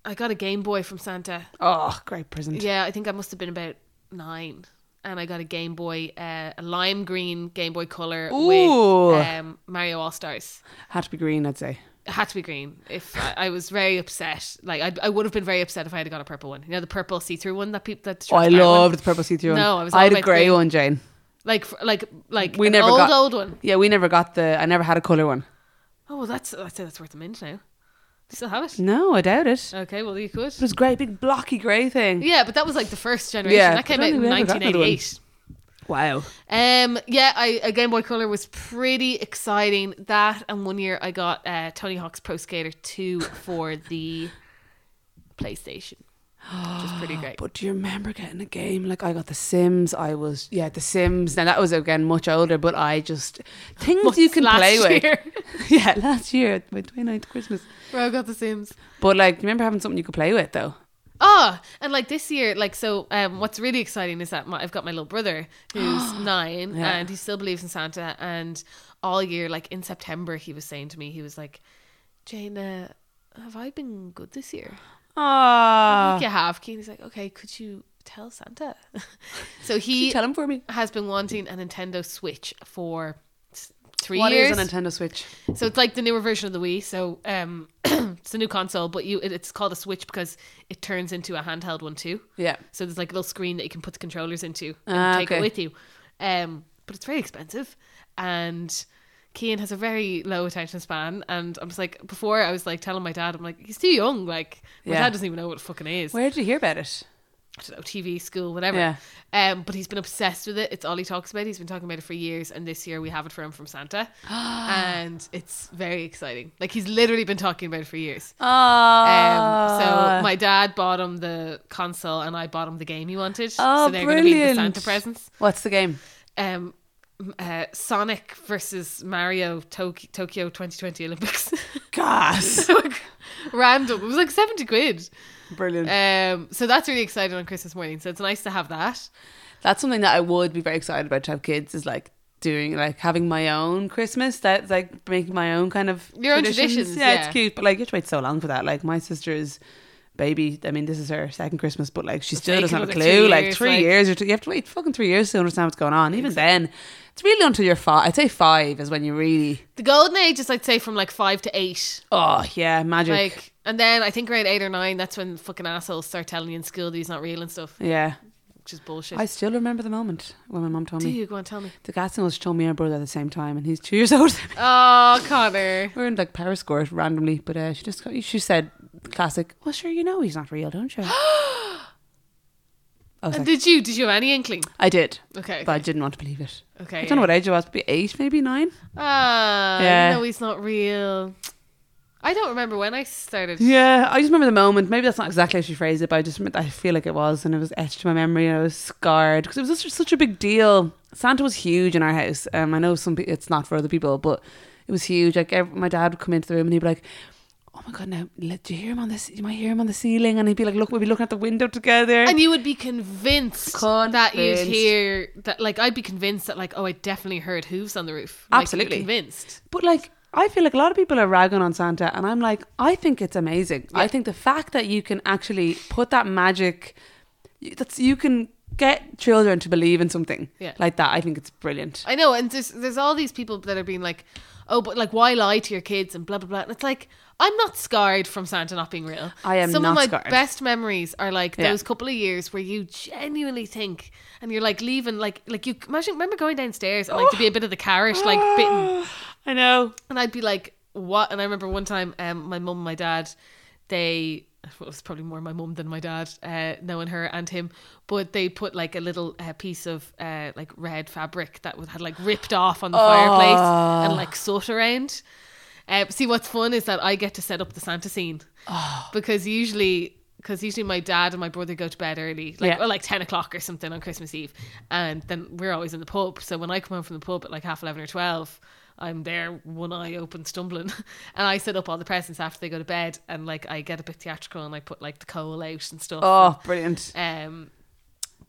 [SPEAKER 2] I got a Game Boy from Santa.
[SPEAKER 1] Oh, great present.
[SPEAKER 2] Yeah, I think I must have been about nine, and I got a Game Boy, uh, a lime green Game Boy Color
[SPEAKER 1] Ooh.
[SPEAKER 2] with um, Mario All Stars.
[SPEAKER 1] Had to be green, I'd say.
[SPEAKER 2] It had to be green. If I, I was very upset, like I, I would have been very upset if I had got a purple one. You know, the purple see-through one that people that.
[SPEAKER 1] Oh, I
[SPEAKER 2] transparent one?
[SPEAKER 1] loved the purple see through
[SPEAKER 2] No,
[SPEAKER 1] one.
[SPEAKER 2] I was all
[SPEAKER 1] I had a
[SPEAKER 2] about
[SPEAKER 1] grey
[SPEAKER 2] green.
[SPEAKER 1] one, Jane.
[SPEAKER 2] Like, f- like, like
[SPEAKER 1] We
[SPEAKER 2] an
[SPEAKER 1] never
[SPEAKER 2] old,
[SPEAKER 1] got-
[SPEAKER 2] old one.
[SPEAKER 1] Yeah, we never got the. I never had a colour one.
[SPEAKER 2] Oh, well, that's I'd say that's worth a mint now. Do you still have it?
[SPEAKER 1] No, I doubt it.
[SPEAKER 2] Okay, well you could.
[SPEAKER 1] It was great, big blocky grey thing.
[SPEAKER 2] Yeah, but that was like the first generation.
[SPEAKER 1] Yeah,
[SPEAKER 2] that
[SPEAKER 1] I
[SPEAKER 2] came
[SPEAKER 1] don't
[SPEAKER 2] out in
[SPEAKER 1] think we ever got another one.
[SPEAKER 2] 1988.
[SPEAKER 1] Wow.
[SPEAKER 2] Um, yeah, I, a Game Boy Color was pretty exciting. That and one year I got uh, Tony Hawk's Pro Skater 2 for the PlayStation, which is pretty great.
[SPEAKER 1] But do you remember getting a game like I got The Sims? I was yeah, The Sims. Now that was again much older, but I just things you can
[SPEAKER 2] Last
[SPEAKER 1] play
[SPEAKER 2] year,
[SPEAKER 1] with. yeah, last year my 29th Christmas.
[SPEAKER 2] where I got The Sims.
[SPEAKER 1] But like, do you remember having something you could play with though?
[SPEAKER 2] Oh, and like this year, like so. Um, what's really exciting is that my, I've got my little brother who's nine,
[SPEAKER 1] Yeah.
[SPEAKER 2] and he still believes in Santa. And all year, like in September, he was saying to me, he was like, "Jana, have I been good this year?
[SPEAKER 1] Ah,
[SPEAKER 2] like you have." Keen. He's like, "Okay, could you tell Santa?" so he
[SPEAKER 1] tell him for me.
[SPEAKER 2] has been wanting a Nintendo Switch for s- three
[SPEAKER 1] What
[SPEAKER 2] years.
[SPEAKER 1] is a Nintendo Switch?
[SPEAKER 2] So it's like the newer version of the Wii. So um, it's a new console, but you it, it's called a Switch because it turns into a handheld one too.
[SPEAKER 1] Yeah.
[SPEAKER 2] So there's like a little screen that you can put the controllers into and
[SPEAKER 1] Ah,
[SPEAKER 2] take
[SPEAKER 1] okay.
[SPEAKER 2] it with you. Um, but it's very expensive, and Kean has a very low attention span. And I'm just like, before I was like telling my dad, I'm like, he's too young. Like my
[SPEAKER 1] Yeah.
[SPEAKER 2] dad doesn't even know what it fucking is.
[SPEAKER 1] Where did you hear about it?
[SPEAKER 2] I don't know, TV, school, whatever.
[SPEAKER 1] Yeah.
[SPEAKER 2] Um, but he's been obsessed with it. It's all he talks about. He's been talking about it for years, and this year we have it for him from Santa, and it's very exciting. Like he's literally been talking about it for years. Um,
[SPEAKER 1] Ah,
[SPEAKER 2] so my dad bought him the console, and I bought him the game he wanted.
[SPEAKER 1] Oh,
[SPEAKER 2] so they're going to be the
[SPEAKER 1] brilliant.
[SPEAKER 2] Santa presents.
[SPEAKER 1] what's the game?
[SPEAKER 2] Um, m- uh, Sonic versus Mario Tok- Tokyo 2020 Olympics.
[SPEAKER 1] Gas.
[SPEAKER 2] Random. It was like seventy quid.
[SPEAKER 1] Brilliant.
[SPEAKER 2] Um, so that's really exciting on Christmas morning. So it's nice to have that.
[SPEAKER 1] that's something that I would be very excited about to have kids is like doing like having my own Christmas. That's like making my own kind of
[SPEAKER 2] Your own traditions,
[SPEAKER 1] Yeah,
[SPEAKER 2] yeah.
[SPEAKER 1] it's cute, but like you have to wait so long for that. Like my sister's baby. I mean, this is her second Christmas, but like she still
[SPEAKER 2] take
[SPEAKER 1] doesn't have a
[SPEAKER 2] another
[SPEAKER 1] clue.
[SPEAKER 2] two
[SPEAKER 1] like
[SPEAKER 2] years,
[SPEAKER 1] three
[SPEAKER 2] like-
[SPEAKER 1] years or two, you have to wait fucking three years to understand what's going on. Even then, it's really until you're five. I'd say five is when you really.
[SPEAKER 2] The golden age is I'd say from like five to eight.
[SPEAKER 1] Oh yeah, magic.
[SPEAKER 2] Like and then I think around eight or nine, that's when fucking assholes start telling you in school that he's not real and stuff.
[SPEAKER 1] yeah,
[SPEAKER 2] Which is bullshit.
[SPEAKER 1] I still remember the moment when my mom told
[SPEAKER 2] Do
[SPEAKER 1] me.
[SPEAKER 2] you go and tell me?
[SPEAKER 1] The Gaston was showing me her brother at the same time, and he's two years older than me.
[SPEAKER 2] Oh Connor.
[SPEAKER 1] We We're in like Paris court randomly, but uh, she just got, she said classic. Well, sure, you know he's not real, don't you? I was
[SPEAKER 2] And
[SPEAKER 1] like,
[SPEAKER 2] did you did you have any inkling?
[SPEAKER 1] I did,
[SPEAKER 2] Okay.
[SPEAKER 1] but I didn't want to believe it.
[SPEAKER 2] Okay.
[SPEAKER 1] I don't know what age I was, probably eight, maybe nine.
[SPEAKER 2] Ah,
[SPEAKER 1] Yeah.
[SPEAKER 2] you know he's not real. I don't remember when I started.
[SPEAKER 1] Yeah, I just remember the moment. Maybe that's not exactly how she phrased it, but I just remember, I feel like it was, and it was etched to my memory, and I was scarred because it was just such a big deal. Santa was huge in our house. Um, I know some pe- it's not for other people, but it was huge. Like ev my dad would come into the room and he'd be like. Oh my god! Now, let- do you hear him on this? You might hear him on the ceiling, and he'd be like, "Look, we'd be looking at the window together."
[SPEAKER 2] And you would be convinced that you'd
[SPEAKER 1] Convinced.
[SPEAKER 2] hear that like I'd be convinced that like, oh I definitely heard hooves on the roof. Like, you'd be
[SPEAKER 1] Absolutely.
[SPEAKER 2] convinced.
[SPEAKER 1] But like, I feel like a lot of people are ragging on Santa, and I'm like, I think it's amazing. I think the fact that you can actually put that magic, you- that's you can get children to believe in something
[SPEAKER 2] Yeah.
[SPEAKER 1] like that. I think it's brilliant.
[SPEAKER 2] I know, and there's there's all these people that are being like, oh, but like why lie to your kids and blah blah blah. And it's like I'm not scarred from Santa not being real.
[SPEAKER 1] I am
[SPEAKER 2] Some
[SPEAKER 1] not
[SPEAKER 2] of my
[SPEAKER 1] scarred.
[SPEAKER 2] best memories are like
[SPEAKER 1] Yeah.
[SPEAKER 2] those couple of years where you genuinely think and you're like leaving like like you imagine remember going downstairs and like to be a bit of the carrot like bitten
[SPEAKER 1] I know.
[SPEAKER 2] and I'd be like, "What?" And I remember one time, um, my mum, and my dad, they well, it was probably more my mum than my dad, uh, knowing her and him, but they put like a little uh, piece of uh, like red fabric that would had like ripped off on the fireplace and like soot around. Uh, see, what's fun is that I get to set up the Santa scene because usually. Because usually my dad and my brother go to bed early, like
[SPEAKER 1] Yeah.
[SPEAKER 2] or like ten o'clock or something on Christmas Eve, and then we're always in the pub. So when I come home from the pub at like half eleven or twelve, I'm there, one eye open, stumbling, and I set up all the presents after they go to bed, and like I get a bit theatrical and I put like the coal out and stuff.
[SPEAKER 1] Oh, brilliant.
[SPEAKER 2] Um,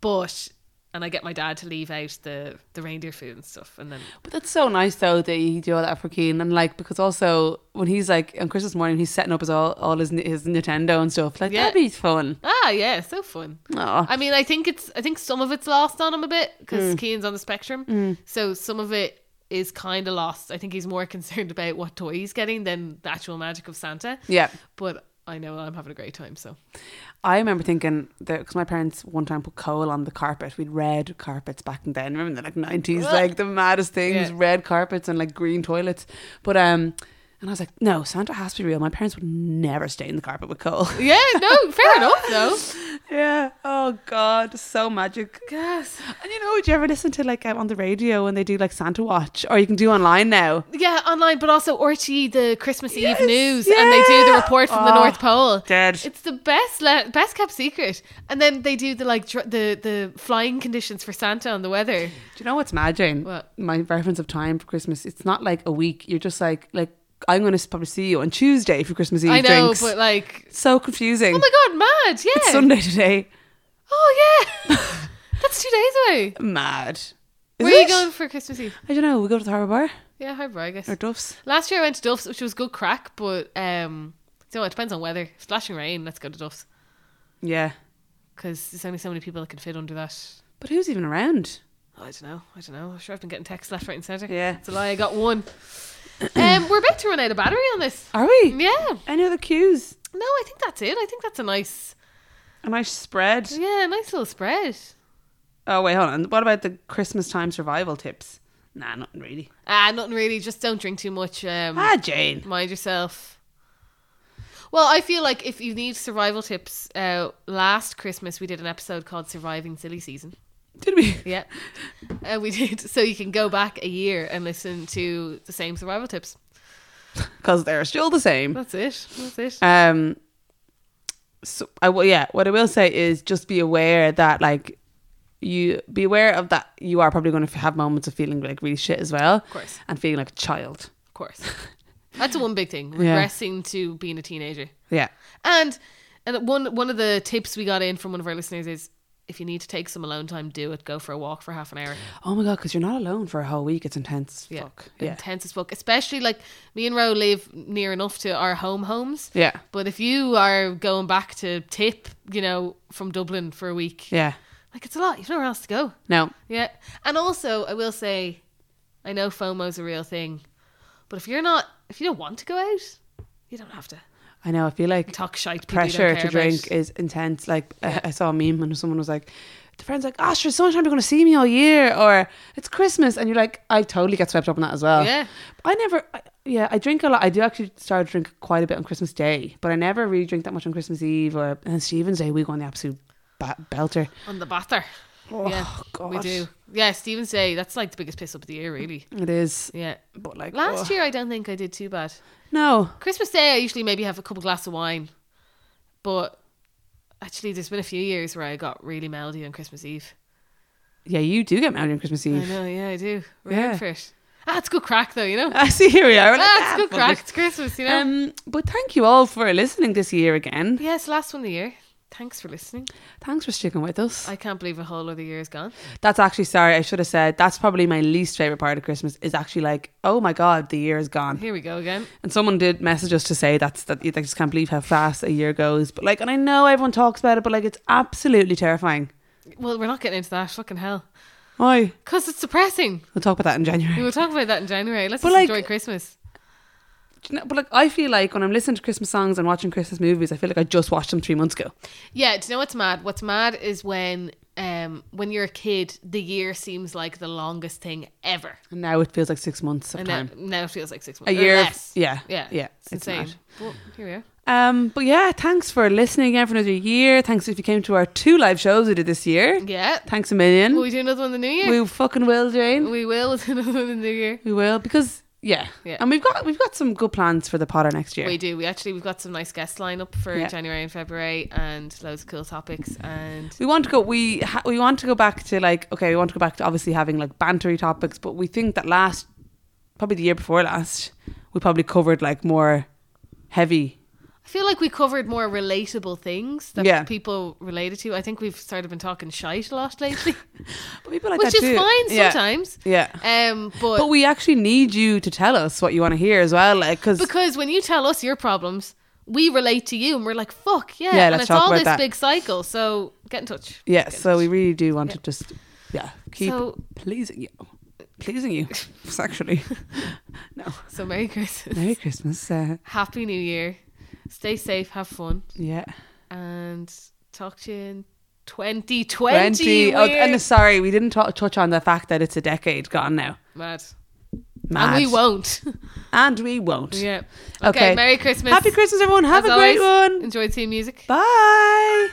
[SPEAKER 2] but and I get my dad to leave out the the reindeer food and stuff, and then
[SPEAKER 1] But that's so nice though that you do all that for Keen and like because also when he's like on Christmas morning he's setting up his all all his his Nintendo and stuff like
[SPEAKER 2] Yeah.
[SPEAKER 1] that'd be fun.
[SPEAKER 2] ah yeah, so fun.
[SPEAKER 1] Aw.
[SPEAKER 2] I mean, I think it's I think some of it's lost on him a bit
[SPEAKER 1] Mm.
[SPEAKER 2] because Keen's on the spectrum, so some of it is kind of lost. I think he's more concerned about what toy he's getting than the actual magic of Santa.
[SPEAKER 1] Yeah.
[SPEAKER 2] But I know I'm having a great time, so
[SPEAKER 1] I remember thinking that because my parents one time put coal on the carpet. We'd red carpets back in then. Remember in the like nineties,
[SPEAKER 2] Ugh.
[SPEAKER 1] like the maddest things,
[SPEAKER 2] Yeah.
[SPEAKER 1] red carpets and like green toilets. But um, and I was like, no, Santa has to be real. My parents would never stain the carpet with coal.
[SPEAKER 2] yeah, no, fair enough though.
[SPEAKER 1] yeah. Oh God, so magic.
[SPEAKER 2] Yes.
[SPEAKER 1] And you know, do you ever listen to like um, on the radio when they do like Santa Watch, or you can do online now?
[SPEAKER 2] Yeah, online, but also Orchie, the Christmas
[SPEAKER 1] Yes,
[SPEAKER 2] Eve news, and they do the
[SPEAKER 1] yeah.
[SPEAKER 2] report from the
[SPEAKER 1] Oh,
[SPEAKER 2] North Pole.
[SPEAKER 1] dead.
[SPEAKER 2] It's the best, le- best kept secret. And then they do the like dr- the the flying conditions for Santa and the weather.
[SPEAKER 1] Do you know what's magic?
[SPEAKER 2] What?
[SPEAKER 1] My reference of time for Christmas. It's not like a week. You're just like like I'm going to probably see you on Tuesday for Christmas Eve
[SPEAKER 2] I know,
[SPEAKER 1] drinks.
[SPEAKER 2] but like,
[SPEAKER 1] so confusing.
[SPEAKER 2] oh my god, mad, yeah.
[SPEAKER 1] It's Sunday today.
[SPEAKER 2] oh yeah, that's two days away.
[SPEAKER 1] Mad. Is
[SPEAKER 2] Where are you
[SPEAKER 1] it?
[SPEAKER 2] going for Christmas Eve?
[SPEAKER 1] I don't know. We go to the Harbour Bar
[SPEAKER 2] Yeah, Harbour, I guess.
[SPEAKER 1] or Duff's.
[SPEAKER 2] Last year I went to Duff's, which was good crack, but um, so it depends on weather. If it's flashing rain, let's go to Duff's
[SPEAKER 1] Yeah.
[SPEAKER 2] because there's only so many people that can fit under that
[SPEAKER 1] But who's even around?
[SPEAKER 2] I don't know. I don't know. I'm sure I've been getting texts left, right, and centre.
[SPEAKER 1] Yeah.
[SPEAKER 2] It's a lie. I got one. um, we're about to run out of battery on this.
[SPEAKER 1] Are we?
[SPEAKER 2] Yeah.
[SPEAKER 1] Any other cues?
[SPEAKER 2] No, I think that's it. I think that's a nice,
[SPEAKER 1] A nice spread.
[SPEAKER 2] yeah, nice little spread.
[SPEAKER 1] Oh wait, hold on. What about the Christmas time survival tips? Nah, nothing really.
[SPEAKER 2] Ah, nothing really. Just don't drink too much. Um,
[SPEAKER 1] Ah, Jane.
[SPEAKER 2] mind yourself. Well, I feel like if you need survival tips, uh, last Christmas we did an episode called "Surviving Silly Season."
[SPEAKER 1] Did we?
[SPEAKER 2] Yeah, uh, we did. So you can go back a year and listen to the same survival tips.
[SPEAKER 1] Because they're still the same.
[SPEAKER 2] That's it. That's it.
[SPEAKER 1] Um. So I will. Yeah. What I will say is just be aware that like you be aware of that you are probably going to have moments of feeling like really shit as well. Of
[SPEAKER 2] course.
[SPEAKER 1] And feeling like a child.
[SPEAKER 2] Of course. That's the one big thing.
[SPEAKER 1] Yeah.
[SPEAKER 2] Regressing to being a teenager.
[SPEAKER 1] Yeah.
[SPEAKER 2] And and one one of the tips we got in from one of our listeners is if you need to take some alone time, do it. Go for a walk for half an hour.
[SPEAKER 1] Oh my god, because you're not alone for a whole week. It's intense.
[SPEAKER 2] Yeah.
[SPEAKER 1] Fuck. Yeah.
[SPEAKER 2] Intense as fuck. Especially like me and Ro live near enough to our home homes.
[SPEAKER 1] Yeah.
[SPEAKER 2] But if you are going back to tip, you know, from Dublin for a week,
[SPEAKER 1] Yeah.
[SPEAKER 2] like it's a lot. You've nowhere else to go.
[SPEAKER 1] No.
[SPEAKER 2] Yeah. And also, I will say, I know FOMO's a real thing, but if you're not, if you don't want to go out, you don't have to.
[SPEAKER 1] I know. I feel like
[SPEAKER 2] talk shite people you don't
[SPEAKER 1] pressure
[SPEAKER 2] care
[SPEAKER 1] to
[SPEAKER 2] about.
[SPEAKER 1] drink is intense. Like I, I saw a meme and someone was like, "The friend's like, oh, sure, sometime you're going to see me all year, or it's Christmas," and you're like, "I totally get swept up in that as well."
[SPEAKER 2] Yeah.
[SPEAKER 1] I never. I, yeah, I drink a lot. I do actually start to drink quite a bit on Christmas Day, but I never really drink that much on Christmas Eve or and Stephen's Day. We go on the absolute ba- belter.
[SPEAKER 2] on the batter
[SPEAKER 1] Oh,
[SPEAKER 2] yeah
[SPEAKER 1] God.
[SPEAKER 2] we do yeah Stephen say that's like the biggest piss up of the year really
[SPEAKER 1] It is,
[SPEAKER 2] yeah
[SPEAKER 1] but like
[SPEAKER 2] last
[SPEAKER 1] oh.
[SPEAKER 2] year I don't think I did too bad
[SPEAKER 1] no,
[SPEAKER 2] Christmas Day I usually maybe have a couple glass of wine but actually there's been a few years where I got really melody on Christmas Eve
[SPEAKER 1] yeah, you do get married on Christmas
[SPEAKER 2] I
[SPEAKER 1] Eve.
[SPEAKER 2] know yeah I do we're
[SPEAKER 1] Yeah.
[SPEAKER 2] in for it ah it's good crack though you know
[SPEAKER 1] I see. Here we are. We're like,
[SPEAKER 2] ah it's good
[SPEAKER 1] fuck
[SPEAKER 2] crack
[SPEAKER 1] it.
[SPEAKER 2] it's Christmas you know
[SPEAKER 1] Um, but thank you all for listening this year again.
[SPEAKER 2] yes last one of the year thanks for listening
[SPEAKER 1] Thanks for sticking with us.
[SPEAKER 2] I can't believe a whole other year is gone
[SPEAKER 1] That's actually sorry. I should have said that's probably my least favorite part of Christmas. Is actually like, oh my god, the year is gone.
[SPEAKER 2] here we go again
[SPEAKER 1] And someone did message us to say that's that I just can't believe how fast a year goes. But like, and I know everyone talks about it, but like, it's absolutely terrifying.
[SPEAKER 2] well we're not getting into that fucking hell
[SPEAKER 1] Why?
[SPEAKER 2] because it's depressing
[SPEAKER 1] We'll talk about that in
[SPEAKER 2] We
[SPEAKER 1] January.
[SPEAKER 2] will talk about that in January. Let's
[SPEAKER 1] But,
[SPEAKER 2] just
[SPEAKER 1] like-
[SPEAKER 2] enjoy Christmas.
[SPEAKER 1] Do you know- But like, I feel like when I'm listening to Christmas songs and watching Christmas movies, I feel like I just watched them three months ago.
[SPEAKER 2] Yeah, do you know what's mad? What's mad is when um when you're a kid, the year seems like the longest thing ever.
[SPEAKER 1] And now it feels like six months of
[SPEAKER 2] And now,
[SPEAKER 1] time.
[SPEAKER 2] now it feels like six
[SPEAKER 1] A
[SPEAKER 2] months. or
[SPEAKER 1] year. of-
[SPEAKER 2] less.
[SPEAKER 1] Yeah.
[SPEAKER 2] Yeah.
[SPEAKER 1] Yeah.
[SPEAKER 2] It's, insane.
[SPEAKER 1] mad.
[SPEAKER 2] But here we are.
[SPEAKER 1] Um, but yeah, thanks for listening again for another year. Thanks if you came to our two live shows we did this year.
[SPEAKER 2] Yeah.
[SPEAKER 1] Thanks a million.
[SPEAKER 2] Will we do another one in the new year?
[SPEAKER 1] We fucking will, Jane.
[SPEAKER 2] We will do another one in the new year.
[SPEAKER 1] We will because yeah,
[SPEAKER 2] Yeah.
[SPEAKER 1] and we've got we've got some good plans for the Potter next year.
[SPEAKER 2] We do. We actually we've got some nice guests lined up for
[SPEAKER 1] Yeah.
[SPEAKER 2] January and February and loads of cool topics and
[SPEAKER 1] We want to go. We ha- we want to go back to like okay. We want to go back to obviously having like bantery topics, but we think that last probably the year before last we probably covered like more heavy
[SPEAKER 2] I feel like we covered more relatable things that
[SPEAKER 1] Yeah.
[SPEAKER 2] people related to. I think we've sort of been talking shite a lot lately,
[SPEAKER 1] But people like
[SPEAKER 2] which
[SPEAKER 1] that
[SPEAKER 2] is
[SPEAKER 1] too.
[SPEAKER 2] fine
[SPEAKER 1] Yeah.
[SPEAKER 2] sometimes.
[SPEAKER 1] Yeah.
[SPEAKER 2] Um, but,
[SPEAKER 1] But we actually need you to tell us what you want to hear as well, like because
[SPEAKER 2] because when you tell us your problems, we relate to you, and we're like, "Fuck yeah!"
[SPEAKER 1] Yeah,
[SPEAKER 2] and
[SPEAKER 1] let's
[SPEAKER 2] it's
[SPEAKER 1] talk
[SPEAKER 2] all
[SPEAKER 1] about
[SPEAKER 2] this
[SPEAKER 1] that.
[SPEAKER 2] big cycle. So get in touch.
[SPEAKER 1] yeah,
[SPEAKER 2] Get in
[SPEAKER 1] so we
[SPEAKER 2] touch.
[SPEAKER 1] really do want
[SPEAKER 2] Yeah.
[SPEAKER 1] to just yeah keep
[SPEAKER 2] So-
[SPEAKER 1] pleasing you, pleasing you sexually. no,
[SPEAKER 2] so Merry Christmas,
[SPEAKER 1] Merry Christmas. Uh,
[SPEAKER 2] Happy New Year, stay safe, have fun,
[SPEAKER 1] yeah,
[SPEAKER 2] and talk to you in 2020.
[SPEAKER 1] Oh,
[SPEAKER 2] weird.
[SPEAKER 1] and sorry, we didn't talk, touch on the fact that it's a decade gone now.
[SPEAKER 2] Mad.
[SPEAKER 1] Mad.
[SPEAKER 2] And we won't.
[SPEAKER 1] And we won't.
[SPEAKER 2] yeah.
[SPEAKER 1] Okay.
[SPEAKER 2] Merry Christmas.
[SPEAKER 1] Happy Christmas, everyone. Have
[SPEAKER 2] As
[SPEAKER 1] a great
[SPEAKER 2] always,
[SPEAKER 1] one.
[SPEAKER 2] Enjoyed seeing music.
[SPEAKER 1] Bye.